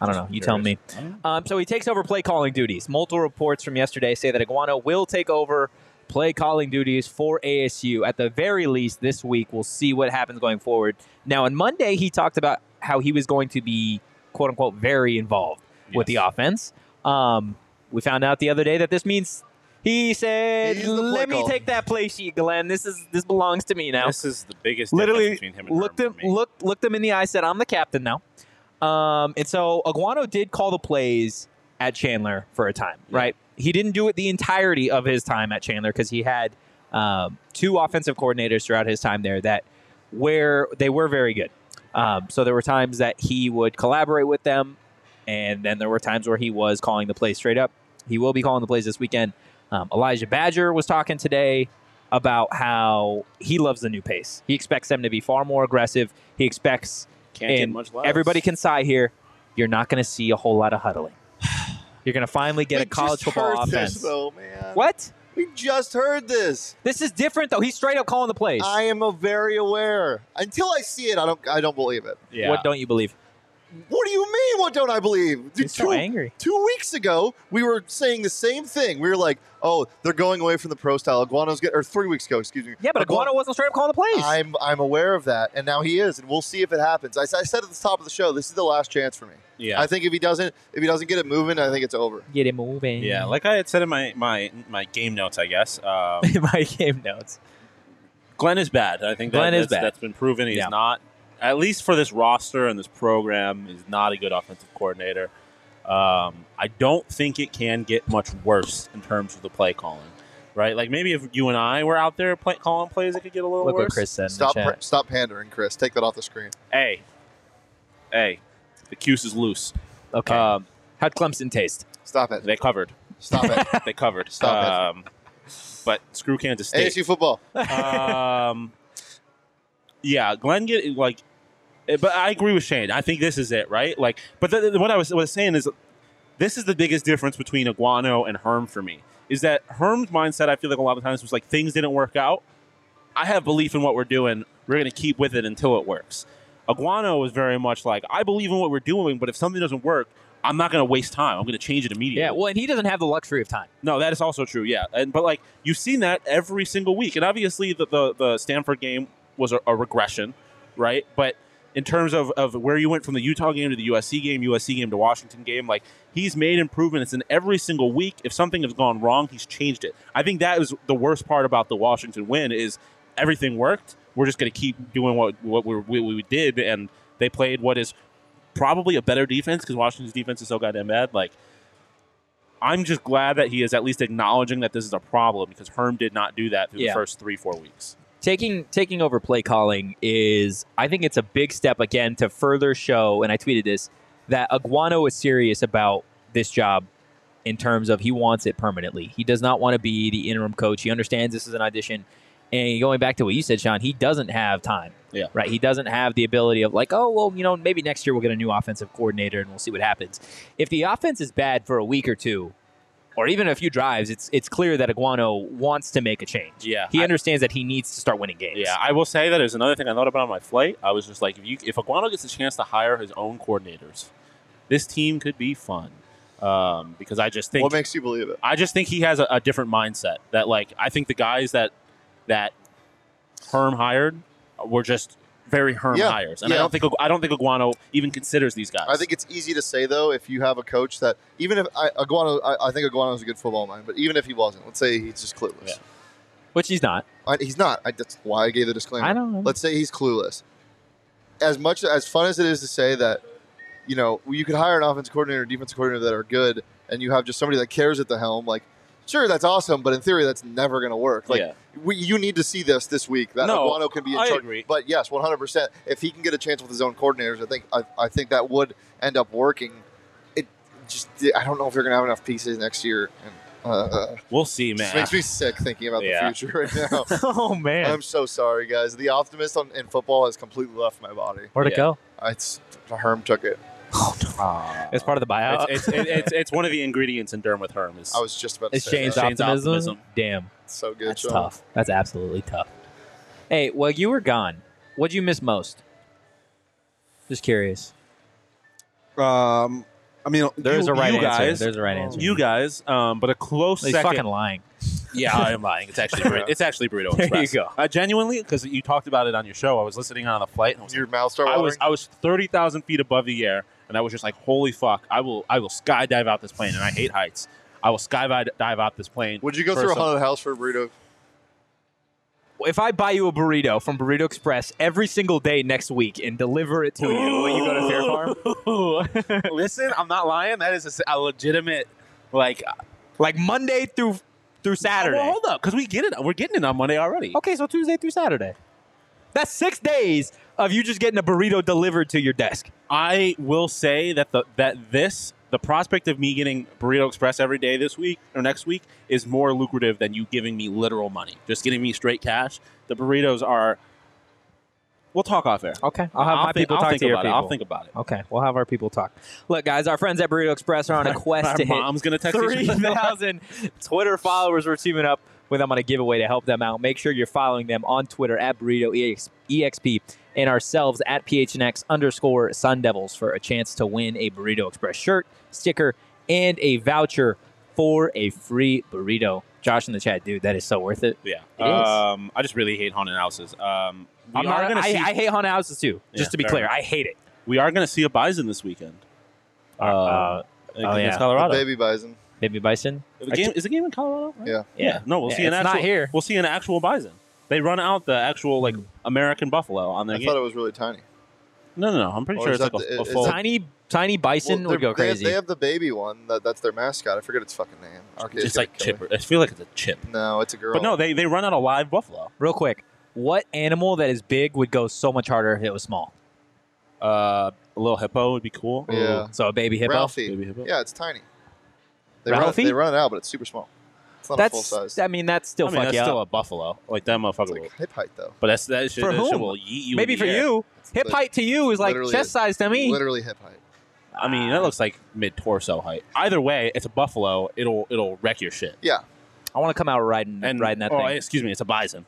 Speaker 1: I don't know. You tell me. Um, so he takes over play calling duties. Multiple reports from yesterday say that Iguano will take over play calling duties for ASU at the very least this week. We'll see what happens going forward. Now, on Monday, he talked about how he was going to be quote unquote very involved with the
Speaker 3: Yes.
Speaker 1: offense. Um, we found out the other day that this means he said,
Speaker 2: He's the play
Speaker 1: "Let me
Speaker 2: caller."
Speaker 1: take that play sheet, Glenn. This is this belongs to me now."
Speaker 3: This is the biggest
Speaker 1: Literally
Speaker 3: difference between him and
Speaker 1: looked
Speaker 3: Herm
Speaker 1: him
Speaker 3: for me.
Speaker 1: looked looked him in the eye, said, "I'm the captain now." Um, and so Aguano did call the plays at Chandler for a time, right? He didn't do it the entirety of his time at Chandler because he had um, two offensive coordinators throughout his time there that where they were very good. Um, so there were times that he would collaborate with them, and then there were times where he was calling the plays straight up. He will be calling the plays this weekend. Um, Elijah Badger was talking today about how he loves the new pace. He expects them to be far more aggressive. He expects
Speaker 3: Can't get
Speaker 1: and
Speaker 3: much less.
Speaker 1: everybody can sigh here. You're not going to see a whole lot of huddling. You're going to finally get
Speaker 2: We
Speaker 1: a college
Speaker 2: just
Speaker 1: football
Speaker 2: heard
Speaker 1: offense.
Speaker 2: This, though, man.
Speaker 1: what?
Speaker 2: We just heard this.
Speaker 1: This is different though. He's straight up calling the plays.
Speaker 2: I am a very aware. Until I see it, I don't. I don't believe it.
Speaker 3: Yeah.
Speaker 1: What don't you believe?
Speaker 2: What do you mean? What don't I believe? Dude,
Speaker 1: He's so angry.
Speaker 2: two weeks ago, we were saying the same thing. We were like, "Oh, they're going away from the pro style." Iguano's get or three weeks ago, excuse me.
Speaker 1: Yeah, but Aguano wasn't straight up calling the plays.
Speaker 2: I'm I'm aware of that, and now he is, and we'll see if it happens. I, I said at the top of the show, this is the last chance for me.
Speaker 3: yeah.
Speaker 2: I think if he doesn't, if he doesn't get it moving, I think it's over.
Speaker 1: Get it moving.
Speaker 3: yeah. Like I had said in my my my game notes, I guess. Um,
Speaker 1: my game notes.
Speaker 3: Glenn is bad. I think that,
Speaker 1: Glenn is
Speaker 3: that's-
Speaker 1: bad.
Speaker 3: That's been proven. He's
Speaker 1: Yeah.
Speaker 3: not, at least for this roster and this program, is not a good offensive coordinator. Um, I don't think it can get much worse in terms of the play calling. right? Like maybe if you and I were out there play, calling plays, it could get a little
Speaker 1: Look
Speaker 3: worse.
Speaker 1: what Chris said.
Speaker 2: Stop,
Speaker 1: in the
Speaker 2: pa-
Speaker 1: chat.
Speaker 2: stop pandering, Chris. Take that off the screen.
Speaker 3: Hey, hey, the Cuse is loose.
Speaker 1: Okay.
Speaker 3: Um,
Speaker 1: How'd Uh, Clemson taste?
Speaker 2: Stop it.
Speaker 3: they covered.
Speaker 2: Stop it.
Speaker 3: They covered.
Speaker 2: Stop it.
Speaker 3: um, But screw Kansas State.
Speaker 2: ASU football.
Speaker 3: um, yeah, Glenn get like, eh, but I agree with Shane. I think this is it, right? Like, but the, the- what I was what I was saying is, this is the biggest difference between Iguano and Herm for me. Is that Herm's mindset? I feel like a lot of times was like things didn't work out. I have belief in what we're doing. We're going to keep with it until it works. Iguano was very much like I believe in what we're doing, but if something doesn't work, I'm not going to waste time. I'm going to change it immediately.
Speaker 1: Yeah. Well, and he doesn't have the luxury of time.
Speaker 3: No, that is also true. Yeah, and but like you've seen that every single week, and obviously the the, the Stanford game was a, a regression, right? But in terms of, of where you went from the Utah game to the USC game, USC game to Washington game, like he's made improvements in every single week. If something has gone wrong, he's changed it. I think that is the worst part about the Washington win is everything worked. We're just going to keep doing what what we, we, we did, and they played what is probably a better defense because Washington's defense is so goddamn bad. Like I'm just glad that he is at least acknowledging that this is a problem because Herm did not do that through
Speaker 1: Yeah.
Speaker 3: the first three, four weeks.
Speaker 1: taking taking over play calling is I think it's a big step again to further show and I tweeted this that Aguano is serious about this job in terms of he wants it permanently. He does not want to be the interim coach. He understands this is an audition and going back to what you said Sean, he doesn't have time.
Speaker 3: Yeah.
Speaker 1: Right? He doesn't have the ability of like, "Oh, well, you know, maybe next year we'll get a new offensive coordinator and we'll see what happens." If the offense is bad for a week or two, or even a few drives, it's it's clear that Aguano wants to make a change.
Speaker 3: Yeah,
Speaker 1: He
Speaker 3: I-
Speaker 1: understands that he needs to start winning games.
Speaker 3: Yeah, I will say that is another thing I thought about on my flight. I was just like, if you, if Aguano gets a chance to hire his own coordinators, this team could be fun. Um, because I just think
Speaker 2: What makes you believe it?
Speaker 3: I just think he has a, a different mindset. That like I think the guys that that Herm hired were just very Herm
Speaker 2: Yeah,
Speaker 3: hires, and I
Speaker 2: yeah.
Speaker 3: don't think I don't think Aguano even considers these guys.
Speaker 2: I think it's easy to say though if you have a coach that even if I, Iguano, I, I think Iguano's a good football mind, but even if he wasn't, let's say he's just clueless.
Speaker 3: Yeah.
Speaker 1: which he's not.
Speaker 2: I, he's not. I, that's why I gave the disclaimer.
Speaker 1: I don't know.
Speaker 2: Let's say he's clueless. As much as fun as it is to say that, you know, you could hire an offensive coordinator, or defensive coordinator that are good, and you have just somebody that cares at the helm. Like, sure, that's awesome, but in theory, that's never going to work. Like,
Speaker 3: Yeah.
Speaker 2: we, you need to see this this week that
Speaker 3: No,
Speaker 2: Iguano can be in
Speaker 3: I
Speaker 2: charge.
Speaker 3: agree.
Speaker 2: But yes, one hundred percent. If he can get a chance with his own coordinators, I think I, I think that would end up working. It just I don't know if you're going to have enough pieces next year. And, uh,
Speaker 3: we'll see,
Speaker 2: it just
Speaker 3: man.
Speaker 2: makes me sick thinking about
Speaker 3: Yeah.
Speaker 2: the future right now.
Speaker 1: oh man,
Speaker 2: I'm so sorry, guys. The optimist on, in football has completely left my body.
Speaker 1: where to
Speaker 3: Yeah.
Speaker 1: go?
Speaker 2: It's Herm took it.
Speaker 3: Ah.
Speaker 1: It's part of the buyout.
Speaker 3: It's, it's, it- it's, it's one of the ingredients in Derm with Herm. Is,
Speaker 2: I was just about to
Speaker 1: It's
Speaker 2: say
Speaker 1: Shane's
Speaker 2: that.
Speaker 3: Shane's
Speaker 1: optimism.
Speaker 3: optimism.
Speaker 1: Damn,
Speaker 2: So good.
Speaker 1: that's
Speaker 2: Sean.
Speaker 1: tough. That's absolutely tough. Hey, while you were gone, what'd you miss most? Just curious.
Speaker 4: Um, I mean,
Speaker 1: There's
Speaker 3: You-
Speaker 1: a right
Speaker 3: you
Speaker 1: answer.
Speaker 3: guys-
Speaker 1: There's a right answer.
Speaker 3: you guys, um, but a close
Speaker 1: He's
Speaker 3: second.
Speaker 1: fucking lying.
Speaker 3: yeah, I am lying. It's actually burrito. it's actually burrito.
Speaker 1: There
Speaker 3: Express.
Speaker 1: you go.
Speaker 3: Uh, genuinely, because you talked about it on your show, I was listening on the flight, and I was,
Speaker 2: Your mouth started
Speaker 3: I
Speaker 2: watering.
Speaker 3: was I was thirty thousand feet above the air, and I was just like, "Holy fuck! I will I will skydive out this plane." And I hate heights. I will skydive dive out this plane.
Speaker 2: Would you go
Speaker 3: for
Speaker 2: through a
Speaker 3: some-
Speaker 2: haunted house for a burrito?
Speaker 1: If I buy you a burrito from Burrito Express every single day next week and deliver it to you, will you go to Fair Farm?
Speaker 3: Listen, I'm not lying. That is a, s- a legitimate, like uh, Oh,
Speaker 1: Like Monday through through Saturday. Oh.
Speaker 3: Well, hold up, because we get it. We're getting it on Monday already.
Speaker 1: Okay, so Tuesday through Saturday. That's six days of you just getting a burrito delivered to your desk.
Speaker 3: I will say that the that this the prospect of me getting Burrito Express every day this week or next week is more lucrative than you giving me literal money. Just giving me straight cash. The burritos are. We'll talk off air.
Speaker 1: Okay, I'll have my
Speaker 3: thi-
Speaker 1: people
Speaker 3: I'll
Speaker 1: talk
Speaker 3: think
Speaker 1: to your
Speaker 3: about
Speaker 1: people.
Speaker 3: It. I'll think about it.
Speaker 1: Okay, we'll have our people talk. Look, guys, our friends at Burrito Express are on a quest
Speaker 3: Our
Speaker 1: to hit
Speaker 3: mom's gonna text
Speaker 1: three
Speaker 3: us.
Speaker 1: thousand Twitter followers. We're teaming up with them on a giveaway to help them out. Make sure you're following them on Twitter at Burrito E EXP and ourselves at PHNX underscore Sun Devils for a chance to win a Burrito Express shirt, sticker, and a voucher for a free burrito. Josh in the chat, dude, that is so worth it.
Speaker 3: Yeah.
Speaker 1: It is.
Speaker 3: Um, I just really hate haunted houses. Um, we
Speaker 1: I'm
Speaker 3: are
Speaker 1: not,
Speaker 3: gonna
Speaker 1: I,
Speaker 3: see.
Speaker 1: I hate haunted houses too. Just
Speaker 3: Yeah,
Speaker 1: to be
Speaker 3: fair
Speaker 1: clear,
Speaker 3: enough.
Speaker 1: I hate it.
Speaker 3: we are gonna see a bison this weekend. Uh,
Speaker 1: Uh,
Speaker 3: against
Speaker 1: oh, yeah.
Speaker 2: The
Speaker 3: Colorado.
Speaker 2: baby bison.
Speaker 1: Baby Bison.
Speaker 3: The game, is the game in Colorado? right?
Speaker 2: Yeah.
Speaker 3: Yeah. No, we'll
Speaker 1: Yeah,
Speaker 3: see an
Speaker 1: it's
Speaker 3: actual.
Speaker 1: not here.
Speaker 3: We'll see an actual bison. They run out the actual like American buffalo on their
Speaker 2: I
Speaker 3: game.
Speaker 2: thought it was really tiny.
Speaker 3: No, no, no. I'm pretty
Speaker 2: Or
Speaker 3: sure
Speaker 2: is
Speaker 3: it's like
Speaker 2: that
Speaker 3: a,
Speaker 2: the-
Speaker 3: a
Speaker 2: is
Speaker 3: full.
Speaker 2: that-
Speaker 1: Tiny tiny bison
Speaker 2: Well,
Speaker 1: would
Speaker 2: they're-
Speaker 1: go
Speaker 2: they have-
Speaker 1: crazy.
Speaker 2: They have the baby one. That, that's their mascot. I forget its fucking name. Arcade's
Speaker 3: it's like
Speaker 2: gonna kill
Speaker 3: chipper. I feel like it's a chip.
Speaker 2: me. No, it's a girl.
Speaker 3: But no, they they run out of live buffalo.
Speaker 1: Real quick, what animal that is big would go so much harder if it was small?
Speaker 3: Uh, a little hippo would be cool.
Speaker 2: Yeah.
Speaker 1: So a baby hippo.
Speaker 2: Ralphie.
Speaker 3: Baby hippo.
Speaker 2: Yeah, it's tiny. They run,
Speaker 1: Ralphie?
Speaker 2: they run it out, but it's super small. It's not a full
Speaker 1: That's
Speaker 2: size.
Speaker 1: I mean that's still
Speaker 3: I mean,
Speaker 1: fuck
Speaker 3: that's
Speaker 1: you
Speaker 3: still
Speaker 1: up.
Speaker 3: a buffalo. Like that motherfucker.
Speaker 2: it's like
Speaker 3: will-
Speaker 2: hip height though.
Speaker 3: but that's that shit.
Speaker 1: For
Speaker 3: that shit
Speaker 1: whom?
Speaker 3: will yeet you
Speaker 1: Maybe
Speaker 3: in
Speaker 1: for
Speaker 3: the air.
Speaker 1: you, hip height to you is like
Speaker 2: Literally
Speaker 1: chest
Speaker 2: it.
Speaker 1: size to me.
Speaker 2: Literally hip height.
Speaker 3: I mean, that looks like mid torso height. Either way, it's a buffalo. It'll it'll wreck your shit.
Speaker 2: Yeah.
Speaker 1: I want to come out riding
Speaker 3: And
Speaker 1: riding that
Speaker 3: or,
Speaker 1: thing.
Speaker 3: Excuse me, it's a bison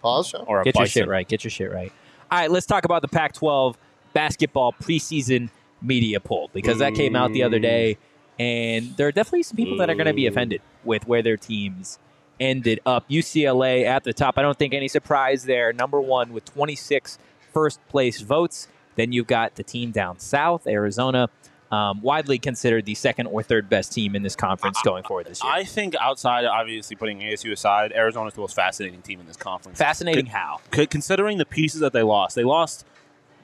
Speaker 2: Pause show.
Speaker 3: or a
Speaker 1: Get
Speaker 3: bison.
Speaker 1: your shit right. Get your shit right. All right, let's talk about the Pac-12 basketball preseason media poll because that came out the other day, and there are definitely some people that are going
Speaker 3: Mm.
Speaker 1: to be offended with where their teams ended up. UCLA at the top. I don't think any surprise there. Number one with 26 first place votes. Then you've got the team down south, Arizona, um, widely considered the second or third best team in this conference going forward this year.
Speaker 3: I think outside, obviously putting ASU aside, Arizona's the most fascinating team in this conference.
Speaker 1: Fascinating how.
Speaker 3: C- considering the pieces that they lost, they lost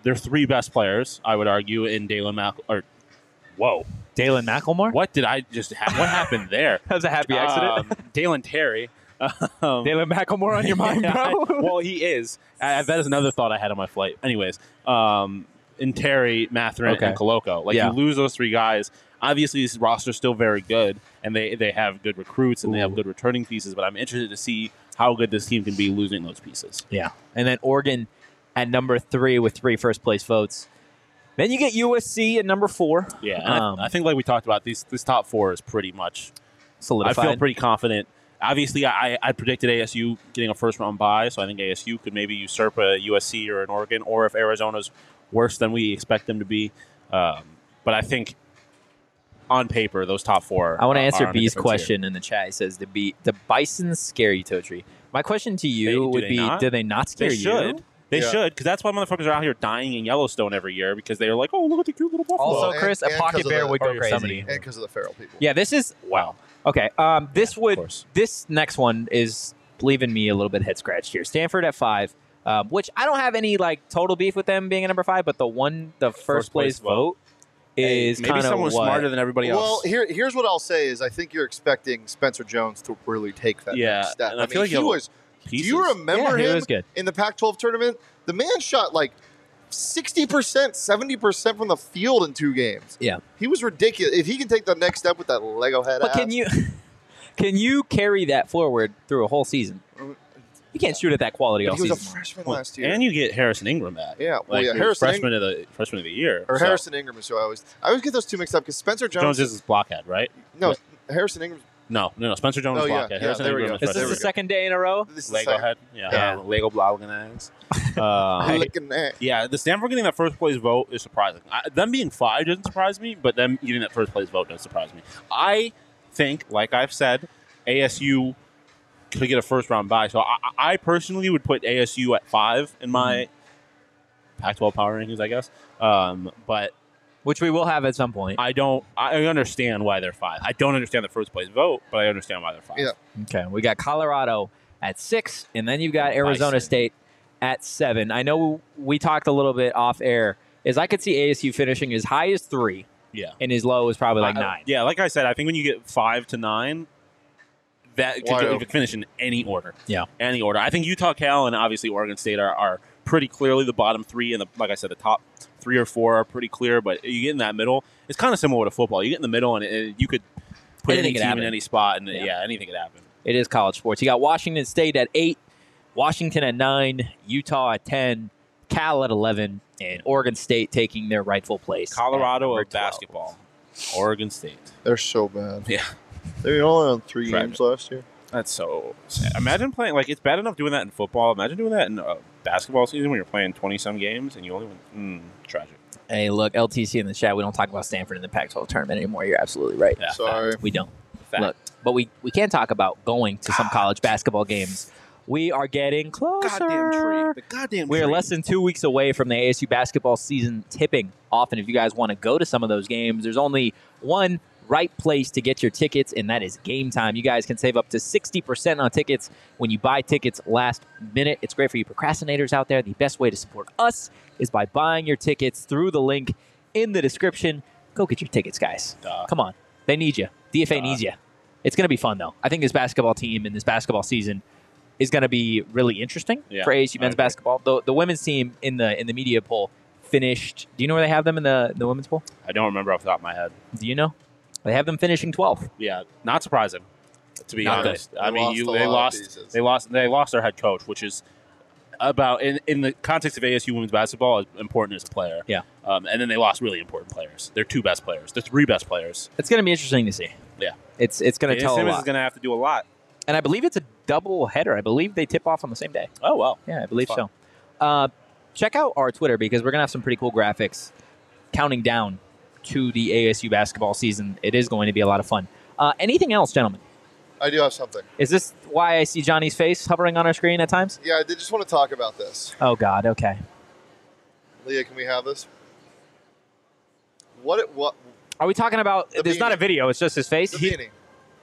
Speaker 3: their three best players, I would argue, in Dalen Mac. Or whoa,
Speaker 1: Dalen McElmore?
Speaker 3: what did I just? Ha- what happened there?
Speaker 1: That was a happy accident.
Speaker 3: Um, Dalen Terry. Um,
Speaker 1: Dalen McElmore on your mind,
Speaker 3: Yeah, I-
Speaker 1: bro?
Speaker 3: well, he is. I, that is another thought I had on my flight. Anyways, um, and Terry, Matherin,
Speaker 1: Okay.
Speaker 3: and Coloco. Like
Speaker 1: Yeah.
Speaker 3: you lose those three guys. Obviously, this roster's still very good, and they they have good recruits and they have good returning pieces. But I'm interested to see how good this team can be losing those pieces.
Speaker 1: Yeah. And then Oregon at number three with three first place votes. Then you get USC at number four.
Speaker 3: Yeah, and I-
Speaker 1: Um,
Speaker 3: I, think like we talked about, these this top four is pretty much.
Speaker 1: Solidified.
Speaker 3: I feel pretty confident. Obviously, I, I predicted ASU getting a first round bye, so I think ASU could maybe usurp a USC or an Oregon, or if Arizona's worse than we expect them to be. Um, but I think on paper, those top four.
Speaker 1: I want to
Speaker 3: are-
Speaker 1: answer
Speaker 3: are on a
Speaker 1: B's
Speaker 3: different
Speaker 1: question in the chat. He says, "The B, the Bison scare you, Totri." My question to
Speaker 3: They-
Speaker 1: you
Speaker 3: do
Speaker 1: would
Speaker 3: they
Speaker 1: be,
Speaker 3: not?
Speaker 1: do they not scare
Speaker 3: tier. They
Speaker 1: you?
Speaker 3: should. They
Speaker 2: Yeah.
Speaker 3: should, because that's why motherfuckers are out here dying in Yellowstone every year because they are like, oh, look at the cute little buffalo.
Speaker 1: Also,
Speaker 2: Well, and-
Speaker 1: Chris,
Speaker 2: and
Speaker 1: a
Speaker 2: 'cause
Speaker 1: pocket
Speaker 2: of
Speaker 1: bear
Speaker 2: the-
Speaker 1: would
Speaker 3: or
Speaker 1: go
Speaker 3: Yosemite.
Speaker 1: crazy.
Speaker 2: And because of the feral people.
Speaker 1: Yeah, this is wow. Okay, um, this
Speaker 3: of
Speaker 1: would
Speaker 3: course.
Speaker 1: this next one is leaving me a little bit head scratched here. Stanford at five, um, which I don't have any like total beef with them being at number five, but the one the first, place,
Speaker 3: place
Speaker 1: vote
Speaker 3: vote.
Speaker 1: is
Speaker 3: maybe
Speaker 1: kind of
Speaker 3: someone
Speaker 1: what
Speaker 3: smarter than everybody else.
Speaker 2: Well, here, here's what I'll say is I think you're expecting Spencer Jones to really take that
Speaker 3: Yeah,
Speaker 2: next step.
Speaker 3: and I
Speaker 2: I,
Speaker 3: feel
Speaker 2: mean,
Speaker 3: like
Speaker 2: he
Speaker 3: he'll-
Speaker 2: was. Do you
Speaker 3: Pieces.
Speaker 1: yeah,
Speaker 2: remember
Speaker 1: he
Speaker 2: him
Speaker 1: was good.
Speaker 2: in the Pac-12 tournament? The man shot like 60 percent, 70 percent from the field in two games.
Speaker 1: Yeah.
Speaker 2: he was ridiculous. If he can take the next step with that Lego head,
Speaker 1: But can
Speaker 2: ass-
Speaker 1: you can you carry that forward through a whole season? You can't shoot at that quality
Speaker 2: But
Speaker 1: all
Speaker 2: He was a
Speaker 1: season.
Speaker 2: freshman
Speaker 3: Well,
Speaker 2: last year.
Speaker 3: and you get Harrison Ingram back.
Speaker 2: yeah, well,
Speaker 3: Like,
Speaker 2: yeah,
Speaker 3: you're
Speaker 2: Harrison Ing-
Speaker 3: freshman of the freshman of the year,
Speaker 2: or
Speaker 3: so-
Speaker 2: Harrison Ingram is who I always I always get those two mixed up because Spencer Jones,
Speaker 3: Jones is his blockhead, right?
Speaker 2: no Harrison Ingram.
Speaker 3: No, no, no. Spencer Jones
Speaker 2: Oh,
Speaker 3: is
Speaker 2: yeah,
Speaker 3: blockhead.
Speaker 2: yeah,
Speaker 3: Harrison
Speaker 2: there we
Speaker 3: Ingram
Speaker 2: go.
Speaker 3: is
Speaker 1: Is
Speaker 2: There
Speaker 1: this
Speaker 2: we
Speaker 1: the
Speaker 3: freshman.
Speaker 1: second
Speaker 2: go.
Speaker 1: day in a row?
Speaker 2: This is
Speaker 3: Lego
Speaker 2: like-
Speaker 3: head. Yeah.
Speaker 1: Yeah.
Speaker 3: Lego blockhead. Uh,
Speaker 2: looking at
Speaker 3: yeah, the Stanford getting that first place vote is surprising. I, them being five doesn't surprise me, but them getting that first place vote does surprise me. I think, like I've said, ASU could get a first round bye. So I, I personally would put ASU at five in my Pac-12 power rankings, I guess. Um, but
Speaker 1: Which we will have at some point.
Speaker 3: I don't. I understand why they're five. I don't understand the first place vote, but I understand why they're five.
Speaker 2: Yeah.
Speaker 1: Okay, we got Colorado at six, and then you've got Arizona
Speaker 3: Bison.
Speaker 1: State at seven. I know we talked a little bit off air. Is I could see ASU finishing as high as three,
Speaker 3: Yeah.
Speaker 1: and as low as probably Uh, like
Speaker 3: I-
Speaker 1: nine.
Speaker 3: Yeah, like I said, I think when you get five to nine, that could,
Speaker 2: Wide
Speaker 3: go-
Speaker 2: open.
Speaker 3: could finish in any order.
Speaker 1: Yeah.
Speaker 3: any order. I think Utah, Cal, and obviously Oregon State are, are pretty clearly the bottom three, and the, like I said, the top three or four are pretty clear. But you get in that middle, it's kind of similar to football. You get in the middle, and, and you could put
Speaker 1: Anything
Speaker 3: any
Speaker 1: could
Speaker 3: team
Speaker 1: happen.
Speaker 3: in any spot, and
Speaker 1: Yeah.
Speaker 3: yeah, anything could happen.
Speaker 1: It is college sports. You got Washington State at eight, Washington at nine, Utah at ten, Cal at eleven, and Oregon State taking their rightful place. at
Speaker 3: Colorado
Speaker 1: number
Speaker 3: of
Speaker 1: 12.
Speaker 3: basketball, Oregon State.
Speaker 2: they're so bad.
Speaker 3: Yeah.
Speaker 2: they were only on three
Speaker 3: Private.
Speaker 2: games last year.
Speaker 3: That's so sad. Imagine playing like it's bad enough doing that in football. Imagine doing that in a basketball season when you're playing twenty some games and you only win. Mm, tragic.
Speaker 1: Hey, look, LTC in the chat. We don't talk about Stanford in the Pac-12 tournament anymore. You're absolutely right.
Speaker 3: Yeah,
Speaker 2: Sorry.
Speaker 1: We don't.
Speaker 3: fact.
Speaker 1: Look, but we we can talk about going to
Speaker 3: Ah,
Speaker 1: some college basketball games. We are getting closer.
Speaker 3: The goddamn
Speaker 1: We are less than two weeks away from the ASU basketball season tipping off, and if you guys want to go to some of those games, there's only one right place to get your tickets, and that is game time. You guys can save up to 60% on tickets when you buy tickets last minute. It's great for you procrastinators out there. The best way to support us is by buying your tickets through the link in the description. Go get your tickets, guys.
Speaker 3: Duh.
Speaker 1: Come on. They need you. DFA
Speaker 3: Duh.
Speaker 1: needs you. It's going to be fun, though. I think this basketball team and this basketball season is going to be really interesting
Speaker 3: Yeah,
Speaker 1: for ASU
Speaker 3: I
Speaker 1: men's
Speaker 3: agree.
Speaker 1: basketball. The, the women's team in the in the media poll finished. Do you know where they have them in the, the women's poll?
Speaker 3: I don't remember off the top of my head.
Speaker 1: Do you know? They have them finishing 12th.
Speaker 3: Yeah, not surprising. To be
Speaker 1: Not
Speaker 3: honest, I
Speaker 2: They
Speaker 3: mean,
Speaker 2: lost
Speaker 3: you,
Speaker 2: a
Speaker 3: they
Speaker 2: lot of
Speaker 3: lost,
Speaker 2: pieces.
Speaker 3: they lost, they lost their head coach, which is about in, in the context of ASU women's basketball, as important as a player.
Speaker 1: Yeah.
Speaker 3: um, and then they lost really important players. Their two best players, their three best players.
Speaker 1: It's going to be interesting to see.
Speaker 3: Yeah.
Speaker 1: It's it's going to
Speaker 3: And
Speaker 1: tell a
Speaker 3: Simmons
Speaker 1: lot.
Speaker 3: is going to have to do a lot.
Speaker 1: and I believe it's a double header. I believe they tip off on the same day.
Speaker 3: Oh wow,
Speaker 1: Yeah, I believe
Speaker 3: Fun.
Speaker 1: so. Uh, check out our Twitter because we're gonna have some pretty cool graphics counting down to the ASU basketball season. It is going to be a lot of fun. Uh, anything else, gentlemen?
Speaker 2: I do have something.
Speaker 1: Is this why I see Johnny's face hovering on our screen at times?
Speaker 2: Yeah, I did just want to talk about this.
Speaker 1: Oh God. Okay.
Speaker 2: Leah, can we have this? What? It, what?
Speaker 1: Are we talking about?
Speaker 2: The
Speaker 1: there's not
Speaker 2: beanie.
Speaker 1: a video. It's just his face.
Speaker 2: The
Speaker 1: He-
Speaker 2: beanie.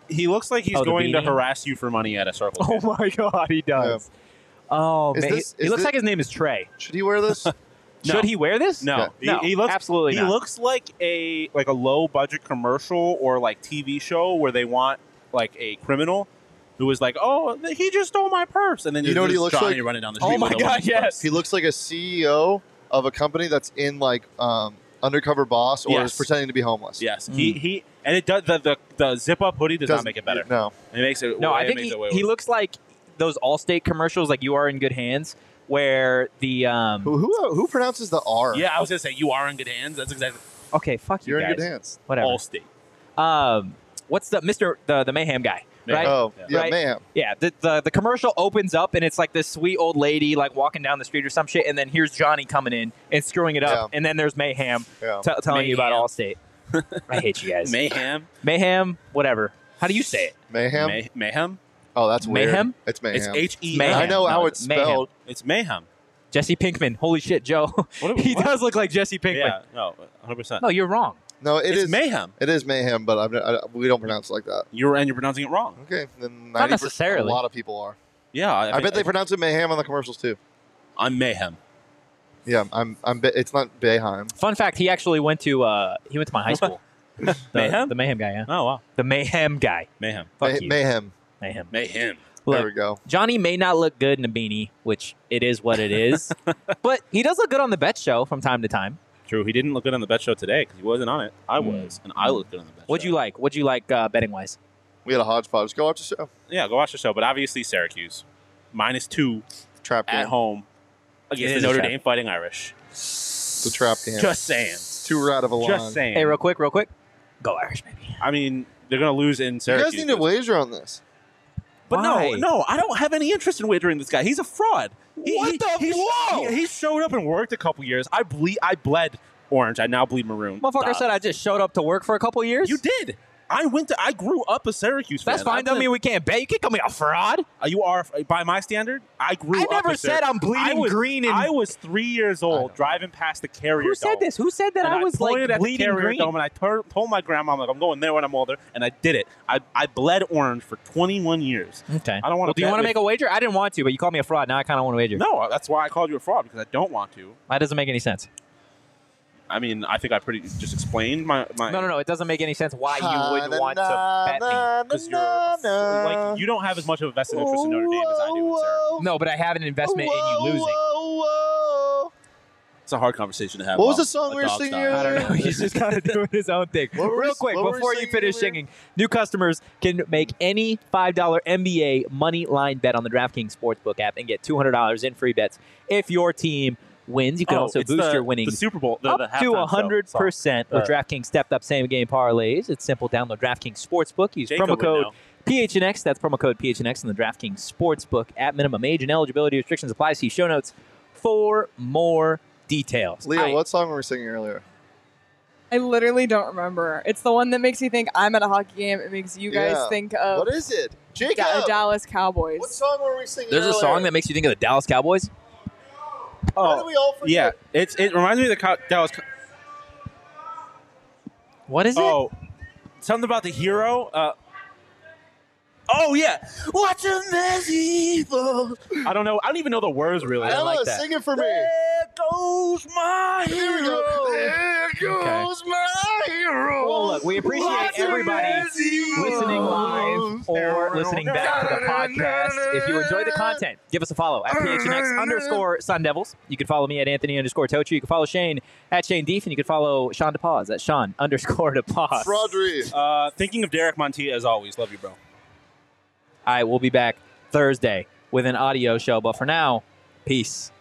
Speaker 3: he looks like he's
Speaker 1: Oh, the
Speaker 3: going to
Speaker 1: beanie?
Speaker 3: harass you for money at a circle.
Speaker 1: oh
Speaker 3: K.
Speaker 1: my God, he does. Oh
Speaker 2: Is
Speaker 1: man,
Speaker 2: this-
Speaker 1: he
Speaker 2: is
Speaker 1: looks
Speaker 2: thi-
Speaker 1: like his name is Trey.
Speaker 2: Should he wear this?
Speaker 3: No.
Speaker 1: Should he wear this?
Speaker 3: No, he,
Speaker 1: No,
Speaker 3: he looks
Speaker 1: absolutely
Speaker 3: He
Speaker 1: not.
Speaker 3: looks like a like a low budget commercial or like TV show where they want like a criminal who is like, oh, th- he just stole my purse, and then
Speaker 2: You know what he
Speaker 3: there's
Speaker 2: looks
Speaker 3: Johnny
Speaker 2: like?
Speaker 3: running down the
Speaker 1: Oh
Speaker 3: street.
Speaker 1: my
Speaker 3: with a
Speaker 1: God,
Speaker 3: woman's
Speaker 1: yes.
Speaker 3: purse.
Speaker 2: he looks like a CEO of a company that's in like um, undercover boss or
Speaker 3: Yes.
Speaker 2: is pretending to be homeless.
Speaker 3: Yes, he
Speaker 1: Mm.
Speaker 3: he, and it does the the, the zip up hoodie does
Speaker 2: Doesn't-
Speaker 3: not make it better.
Speaker 2: No.
Speaker 3: It makes it
Speaker 1: No,
Speaker 3: way-
Speaker 1: I
Speaker 3: it
Speaker 1: think
Speaker 3: makes
Speaker 1: he,
Speaker 3: it way
Speaker 1: he
Speaker 3: worse.
Speaker 1: looks like those Allstate commercials, like "You Are in Good Hands," where the um.
Speaker 2: Who, who uh, who pronounces the R?
Speaker 3: Yeah, I was gonna say you are in good hands. That's exactly
Speaker 1: Okay, fuck you
Speaker 2: You're in
Speaker 1: guys.
Speaker 2: good hands.
Speaker 1: Whatever.
Speaker 3: all state.
Speaker 1: um, what's the Mister the the Mayhem guy? Right.
Speaker 2: Oh,
Speaker 3: Yeah.
Speaker 2: yeah,
Speaker 1: Right.
Speaker 2: ma'am.
Speaker 1: Yeah. The, the the commercial opens up and it's like this sweet old lady like walking down the street or some shit, and then here's Johnny coming in and screwing it up, and then there's Mayhem
Speaker 2: Yeah.
Speaker 1: t- telling you about
Speaker 3: Mayhem.
Speaker 1: Allstate. I hate you guys.
Speaker 3: Mayhem,
Speaker 1: Mayhem, whatever. How do you say it?
Speaker 2: Mayhem.
Speaker 3: May- mayhem.
Speaker 2: oh, that's weird.
Speaker 1: Mayhem?
Speaker 2: It's mayhem.
Speaker 3: It's H E.
Speaker 1: Mayhem.
Speaker 2: I know how
Speaker 1: No,
Speaker 2: it's
Speaker 1: mayhem.
Speaker 2: spelled.
Speaker 3: It's mayhem.
Speaker 1: Jesse Pinkman. Holy shit, Joe.
Speaker 3: What,
Speaker 1: he
Speaker 3: what?
Speaker 1: does look like Jesse Pinkman.
Speaker 3: Yeah, no, 100. percent
Speaker 1: No, you're wrong.
Speaker 2: No, it
Speaker 3: It's
Speaker 2: is-
Speaker 3: mayhem.
Speaker 2: It is mayhem, but I'm, I, we don't pronounce it like that.
Speaker 3: You're and you're pronouncing it wrong.
Speaker 2: Okay, then
Speaker 1: Not
Speaker 2: 90%
Speaker 1: necessarily.
Speaker 2: A lot of people are.
Speaker 3: Yeah,
Speaker 2: I, bet they pronounce it mayhem on the commercials too.
Speaker 3: I'm mayhem.
Speaker 2: Yeah, I'm. I'm. Be- it's not Bayheim.
Speaker 1: Fun fact: He actually went to uh, he went to my high school. the,
Speaker 3: Mayhem?
Speaker 1: the Mayhem guy, yeah,
Speaker 3: Oh wow,
Speaker 1: the Mayhem guy,
Speaker 3: mayhem,
Speaker 1: Fuck
Speaker 2: May-
Speaker 1: you.
Speaker 2: Mayhem.
Speaker 1: Mayhem.
Speaker 3: mayhem.
Speaker 1: Look,
Speaker 2: There we go.
Speaker 1: Johnny may not look good in a beanie, which it is what it is, but he does look good on the bet show from time to time.
Speaker 3: True, he didn't look good on the bet show today because he wasn't on it. I was, and I looked good on the bet.
Speaker 1: Hmm. What'd
Speaker 3: show.
Speaker 1: you like? What'd you like uh, betting wise?
Speaker 2: We had a hodgepodge. Go watch the show.
Speaker 3: Yeah, go watch the show. But obviously, Syracuse minus two
Speaker 2: Trap game.
Speaker 3: at home against
Speaker 1: It
Speaker 3: the
Speaker 1: is a
Speaker 3: Notre
Speaker 1: trap.
Speaker 3: Dame Fighting Irish.
Speaker 2: It's a trap game.
Speaker 3: Just saying.
Speaker 2: Two out of a line.
Speaker 3: Just saying.
Speaker 1: Hey, real quick, real quick, go Irish, baby.
Speaker 3: I mean, they're gonna lose in
Speaker 2: You
Speaker 3: Syracuse.
Speaker 2: guys need to wager on this.
Speaker 3: But
Speaker 1: Why?
Speaker 3: no, no, I don't have any interest in wagering this guy. He's a fraud.
Speaker 1: What the-
Speaker 3: he,
Speaker 1: whoa!
Speaker 3: He, he showed up and worked a couple years. I ble- I bled orange. I now bleed maroon.
Speaker 1: Motherfucker
Speaker 3: Duh.
Speaker 1: said I just showed up to work for a couple years.
Speaker 3: You did. I went to. I grew up a Syracuse
Speaker 1: That's
Speaker 3: fan.
Speaker 1: fine.
Speaker 3: I
Speaker 1: Doesn't mean we can't bet. You can't call me a fraud.
Speaker 3: Uh, You are by my standard. I grew.
Speaker 1: I
Speaker 3: up
Speaker 1: never
Speaker 3: a Syrac-
Speaker 1: said I'm bleeding
Speaker 3: I was-
Speaker 1: green and-
Speaker 3: I was three years old driving past the carrier.
Speaker 1: Who said
Speaker 3: dome,
Speaker 1: this? Who said that
Speaker 3: and
Speaker 1: I was like
Speaker 3: pointed at the
Speaker 1: bleeding
Speaker 3: carrier
Speaker 1: green?
Speaker 3: dome, and I tur- told my grandma, "I'm like, I'm going there when I'm older," and I did it. I, I bled orange for 21 years.
Speaker 1: Okay.
Speaker 3: I don't wanna
Speaker 1: Well, do you
Speaker 3: bet
Speaker 1: want to
Speaker 3: with-
Speaker 1: make a wager? I didn't want to, but you called me a fraud. Now I kind of want to wager.
Speaker 3: No, that's why I called you a fraud because I don't want to.
Speaker 1: That doesn't make any sense.
Speaker 3: I mean, I think I pretty just explained my my.
Speaker 1: No, no, no. It doesn't make any sense why you would want to bet me.
Speaker 3: Because you're a fr- like you don't have as much of a vested interest in Notre Dame as I do in Syracuse.
Speaker 1: No, but I have an investment in you losing.
Speaker 4: It's a hard conversation to have.
Speaker 2: What was
Speaker 4: while
Speaker 2: the song we
Speaker 4: a
Speaker 2: were
Speaker 4: dog's
Speaker 2: singing
Speaker 4: dying.
Speaker 1: I don't know. He's just kind of doing his own thing.
Speaker 2: What were
Speaker 1: Real
Speaker 2: we-
Speaker 1: quick,
Speaker 2: what were we
Speaker 1: before you
Speaker 2: singing
Speaker 1: finish
Speaker 2: earlier?
Speaker 1: singing, new customers can make any $5 NBA money line bet on the DraftKings Sportsbook app and get $200 in free bets if your team wins. You can
Speaker 3: Oh,
Speaker 1: also
Speaker 3: it's
Speaker 1: boost
Speaker 3: the-
Speaker 1: your winnings
Speaker 3: The Super Bowl, the,
Speaker 1: up
Speaker 3: the halftime
Speaker 1: to
Speaker 3: show song.
Speaker 1: 100% with
Speaker 3: Uh,
Speaker 1: DraftKings stepped up same game parlays. It's simple. Download DraftKings Sportsbook. Use
Speaker 3: Jacob
Speaker 1: promo
Speaker 3: would
Speaker 1: code
Speaker 3: know.
Speaker 1: PHNX. That's promo code PHNX in the DraftKings Sportsbook at minimum age and eligibility restrictions apply. See show notes for more details.
Speaker 2: Leo,
Speaker 1: I-
Speaker 2: what song were we singing earlier?
Speaker 6: I literally don't remember. It's the one that makes me think I'm at a hockey game. It makes you guys
Speaker 2: Yeah.
Speaker 6: think
Speaker 1: Oh.
Speaker 6: of
Speaker 2: What is it? Jacob.
Speaker 6: Da- Dallas Cowboys.
Speaker 2: What song were we singing?
Speaker 1: There's a
Speaker 2: earlier?
Speaker 1: song that makes you think of the Dallas Cowboys.
Speaker 2: Why do
Speaker 3: Oh,
Speaker 2: we all forget?
Speaker 3: yeah. It's it reminds me of the Cow- Dallas. Cow-
Speaker 1: What is it?
Speaker 3: Oh, something about the hero. Uh, oh yeah, watching this evil. I don't know. I don't even know the words really. I
Speaker 2: Ella,
Speaker 3: like that.
Speaker 2: sing it for me.
Speaker 3: There goes my
Speaker 2: Here we go.
Speaker 3: hero.
Speaker 2: There goes my hero.
Speaker 1: Well, look, we appreciate
Speaker 2: Lots of
Speaker 1: everybody
Speaker 2: Nancy
Speaker 1: listening live
Speaker 2: Rose.
Speaker 1: or listening back to the podcast. If you enjoy the content, give us a follow at PHNX underscore Sun Devils. You can follow me at Anthony underscore Tochi. You can follow Shane at Shane Deef, and you can follow Sean DePaz at Sean underscore DePaz.
Speaker 2: Rodri.
Speaker 3: Uh, thinking of Derek Montilla as always. Love you, bro.
Speaker 1: All right, we'll be back Thursday with an audio show. But for now, peace.